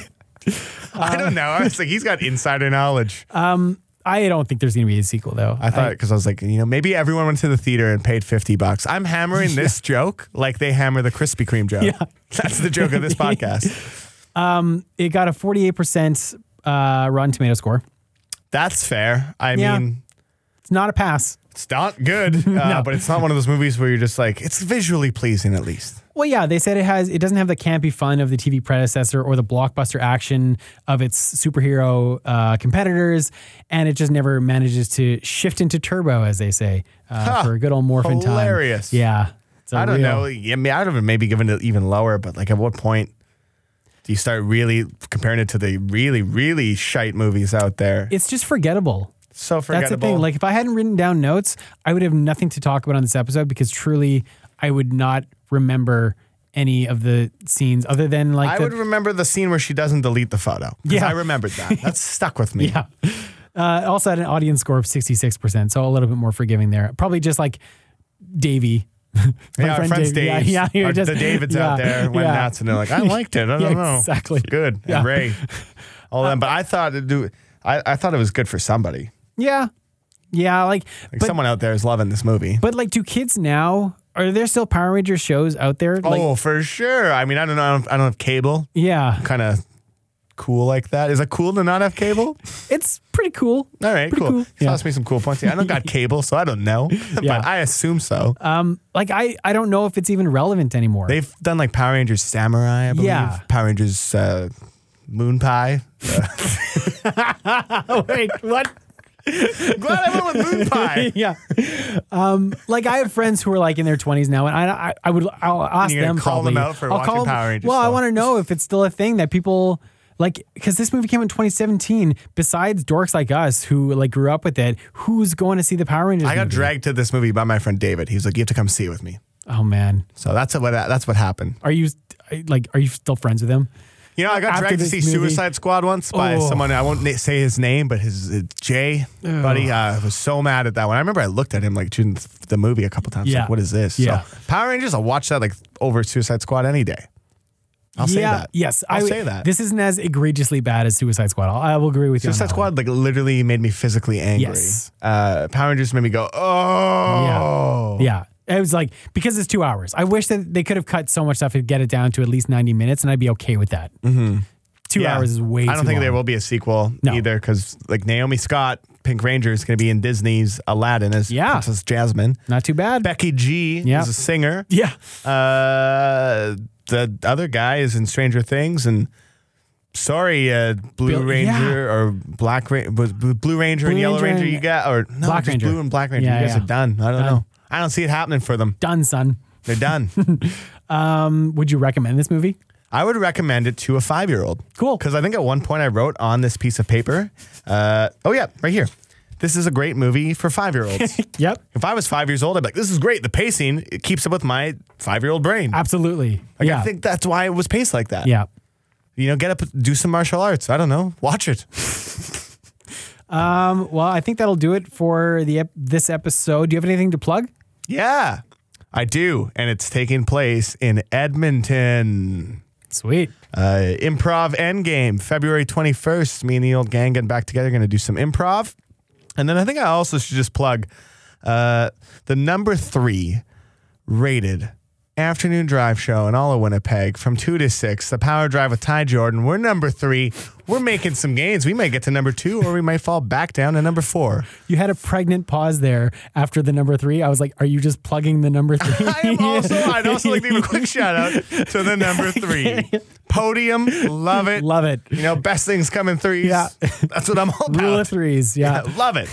I don't know. I was like, he's got insider knowledge.
Uh, I don't think there's gonna be a sequel though.
I thought because I, was like, you know, maybe everyone went to the theater and paid fifty bucks. I'm hammering this joke like they hammer the Krispy Kreme joke.
Yeah.
That's the joke of this podcast.
it got a forty eight percent uh Rotten Tomato score.
That's fair. I
Yeah.
mean,
It's not a pass.
it's not good, uh, but it's not one of those movies where you're just like, it's visually pleasing at least.
Well, yeah, they said it has. It doesn't have the campy fun of the TV predecessor or the blockbuster action of its superhero uh, competitors, and it just never manages to shift into turbo, as they say, uh,
Ha!
for a good old morphin time.
Hilarious.
Yeah, it's a
I don't
real-
know. Yeah, I mean, I'd have maybe given it even lower, but like, at what point do you start really comparing it to the really, really shite movies out there?
It's just forgettable.
so forgettable.
That's the thing. Like, if I hadn't written down notes, I would have nothing to talk about on this episode because truly, I would not remember any of the scenes other than like
I
the,
would remember the scene where she doesn't delete the photo. 'cause
Yeah.
I remembered that. That stuck with me.
Yeah. Uh, also had an audience score of 66%, so a little bit more forgiving there. Probably just like Davey. My
Yeah, our friends
Davey.
Dave,
Yeah, yeah,
or
you're just-
the Davids out
yeah,
there went
yeah.
nuts, and they're like, "I liked it. I don't
Yeah,
know,
exactly.
It's good."
Yeah.
And Ray, all them. But I thought it do. I, I thought it was good for somebody.
Yeah. Yeah, like,
Like
but,
someone out there is loving this movie.
but like do kids now are there still Power Ranger shows out there? Like
oh, for sure. I mean, I don't know. I don't, I don't have cable.
yeah.
Kind of cool like that. Is it cool to not have cable?
It's pretty cool.
All right,
Pretty
cool.
cool.
cool.
Yeah.
me some cool points. I don't got cable, so I don't know,
Yeah. Uh,
but I assume so.
Like I I don't know if it's even relevant anymore.
They've done like Power Rangers Samurai, I believe.
Yeah.
Power Rangers uh, Moon Pie.
Wait, what?
Glad I went with Moon Pie.
yeah. Um, like I have friends who are like in their 20s now, and I I, I would I'll ask
you're gonna
them
call them
probably.
out for
I'll
watching
call
Power Rangers
Well, I
stuff.
want to know if it's still a thing that people like because this movie came in 2017. Besides dorks like us who like grew up with it, who's going to see the Power Rangers?
I got
movie?
dragged to this movie by my friend David. He was like, "You have to come see it with me."
Oh man,
So that's what that's what happened.
are you like are you still friends with him?
You know, I got
After
dragged to
this
see
movie-
Suicide Squad once by
Oh.
someone. I won't na- say his name, but his uh, Jay buddy. uh, was so mad at that one. I remember I looked at him like during th- the movie a couple times.
Yeah.
Like, what is this?
Yeah.
So, Power Rangers. I'll watch that like over Suicide Squad any day. I'll say
yeah,
that.
yes,
I'll
would-
say that.
This isn't as egregiously bad as Suicide Squad. I'll, I will agree with you. on
Suicide
that one.
Squad like literally made me physically angry.
Yes.
Uh, Power Rangers made me go, oh.
Yeah. It was like because it's two hours. I wish that they could have cut so much stuff and get it down to at least ninety minutes, and I'd be okay with that. Mm-hmm. Two
Yeah.
hours is way.
I don't
too
think
long.
there will be a sequel
No.
either because like Naomi Scott, Pink Ranger is going to be in Disney's Aladdin as
Yeah.
Princess Jasmine.
Not too bad.
Becky G
Yeah.
is a singer.
yeah.
Uh, the other guy is in Stranger Things and. Sorry, uh, Blue
Bill-
Ranger or Black Ranger, Blue Ranger and
Blue
Yellow
Ranger
Ranger,
and
you got, or no,
Black
just
Ranger.
Blue and Black Ranger,
Yeah,
you guys
yeah.
are done. I don't
Done.
know. I don't see it happening for them.
Done, son.
They're done.
Would you recommend this movie?
I would recommend it to a five year old.
Cool.
Because I think at one point I wrote on this piece of paper, uh, oh, yeah, right here. This is a great movie for five year olds.
Yep.
if I was five years old, I'd be like, this is great. The pacing it keeps up with my five year old brain.
Absolutely.
Like,
yeah.
I think that's why it was paced like that.
yeah.
You know, get up, do some martial arts. I don't know. Watch it.
Um, well, I think that'll do it for the ep- this episode. Do you have anything to plug?
Yeah, I do. And it's taking place in Edmonton.
Sweet.
Uh, improv Endgame, February 21st. Me and the old gang getting back together, going to do some improv. And then I think I also should just plug uh, the number three rated afternoon drive show in all of Winnipeg from 2 to 6, the power drive with Ty Jordan. We're number three. We're making some gains. We might get to number two or we might fall back down to number four.
You had a pregnant pause there after the number three. I was like, "Are you just plugging the number three?
I am also, I'd also like to give a quick shout out to the number three. Podium, love it.
Love it.
You know, best things come in threes.
Yeah.
That's what I'm all about.
Rule of threes. Yeah. Uh,
I love it.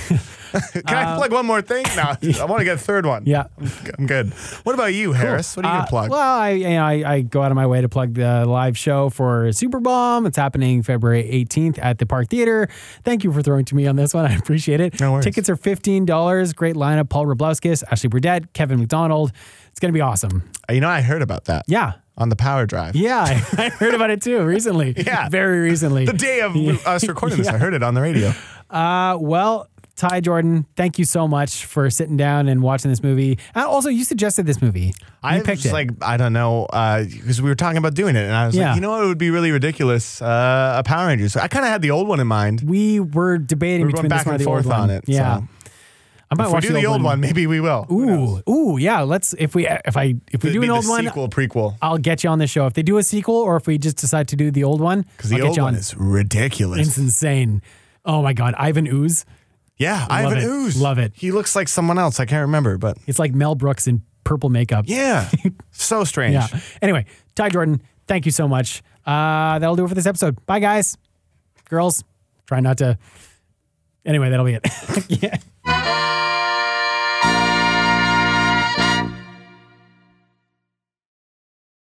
Can I plug one more thing? No, I want to get a third one.
Yeah.
I'm, I'm good. What about you, Harris? What are you
Uh,
gonna plug?
Well, I, you know, I I go out of my way to plug the live show for Super Bomb. It's happening February 18th at the Park Theater. Thank you for throwing to me on this one. I appreciate it.
No worries.
Tickets are fifteen dollars. Great lineup: Paul Roblowskis, Ashley Burdett, Kevin McDonald. It's gonna be awesome.
you know, I heard about that.
Yeah.
On the power drive.
Yeah, I, I heard about it too recently.
Yeah.
very recently.
The day of us recording this, I heard it on the radio.
Uh, well, Ty Jordan, thank you so much for sitting down and watching this movie. And also, you suggested this movie. You
I
picked
was
it.
like, I don't know, because we were talking about doing it, and I was
Yeah.
like, you know what would be really ridiculous? Uh, a Power Rangers. So I kind of had the old one in mind.
we were debating
We were
between
going
this
back
one
and
and the old
forth on
one.
it.
Yeah,
so.
I might
If we
watch
do the old one, maybe we will. Who knows?
Ooh, ooh, yeah. Let's if we if I if we
It'd
do
be
an
the
old one,
sequel, prequel.
I'll get you on the show. If they do a sequel, or if we just decide to do the old one,
Because the
I'll get
old
you
one
on.
is ridiculous.
It's insane. Oh my god, Ivan Ooze.
yeah, Ivan
it.
Ooze.
Love it.
He looks like someone else. I can't remember, but
It's like Mel Brooks in purple makeup.
yeah, so strange.
Yeah. Anyway, Ty Jordan, thank you so much. Uh, that'll do it for this episode. Bye, guys, girls. Try not to. Anyway, that'll be it. yeah.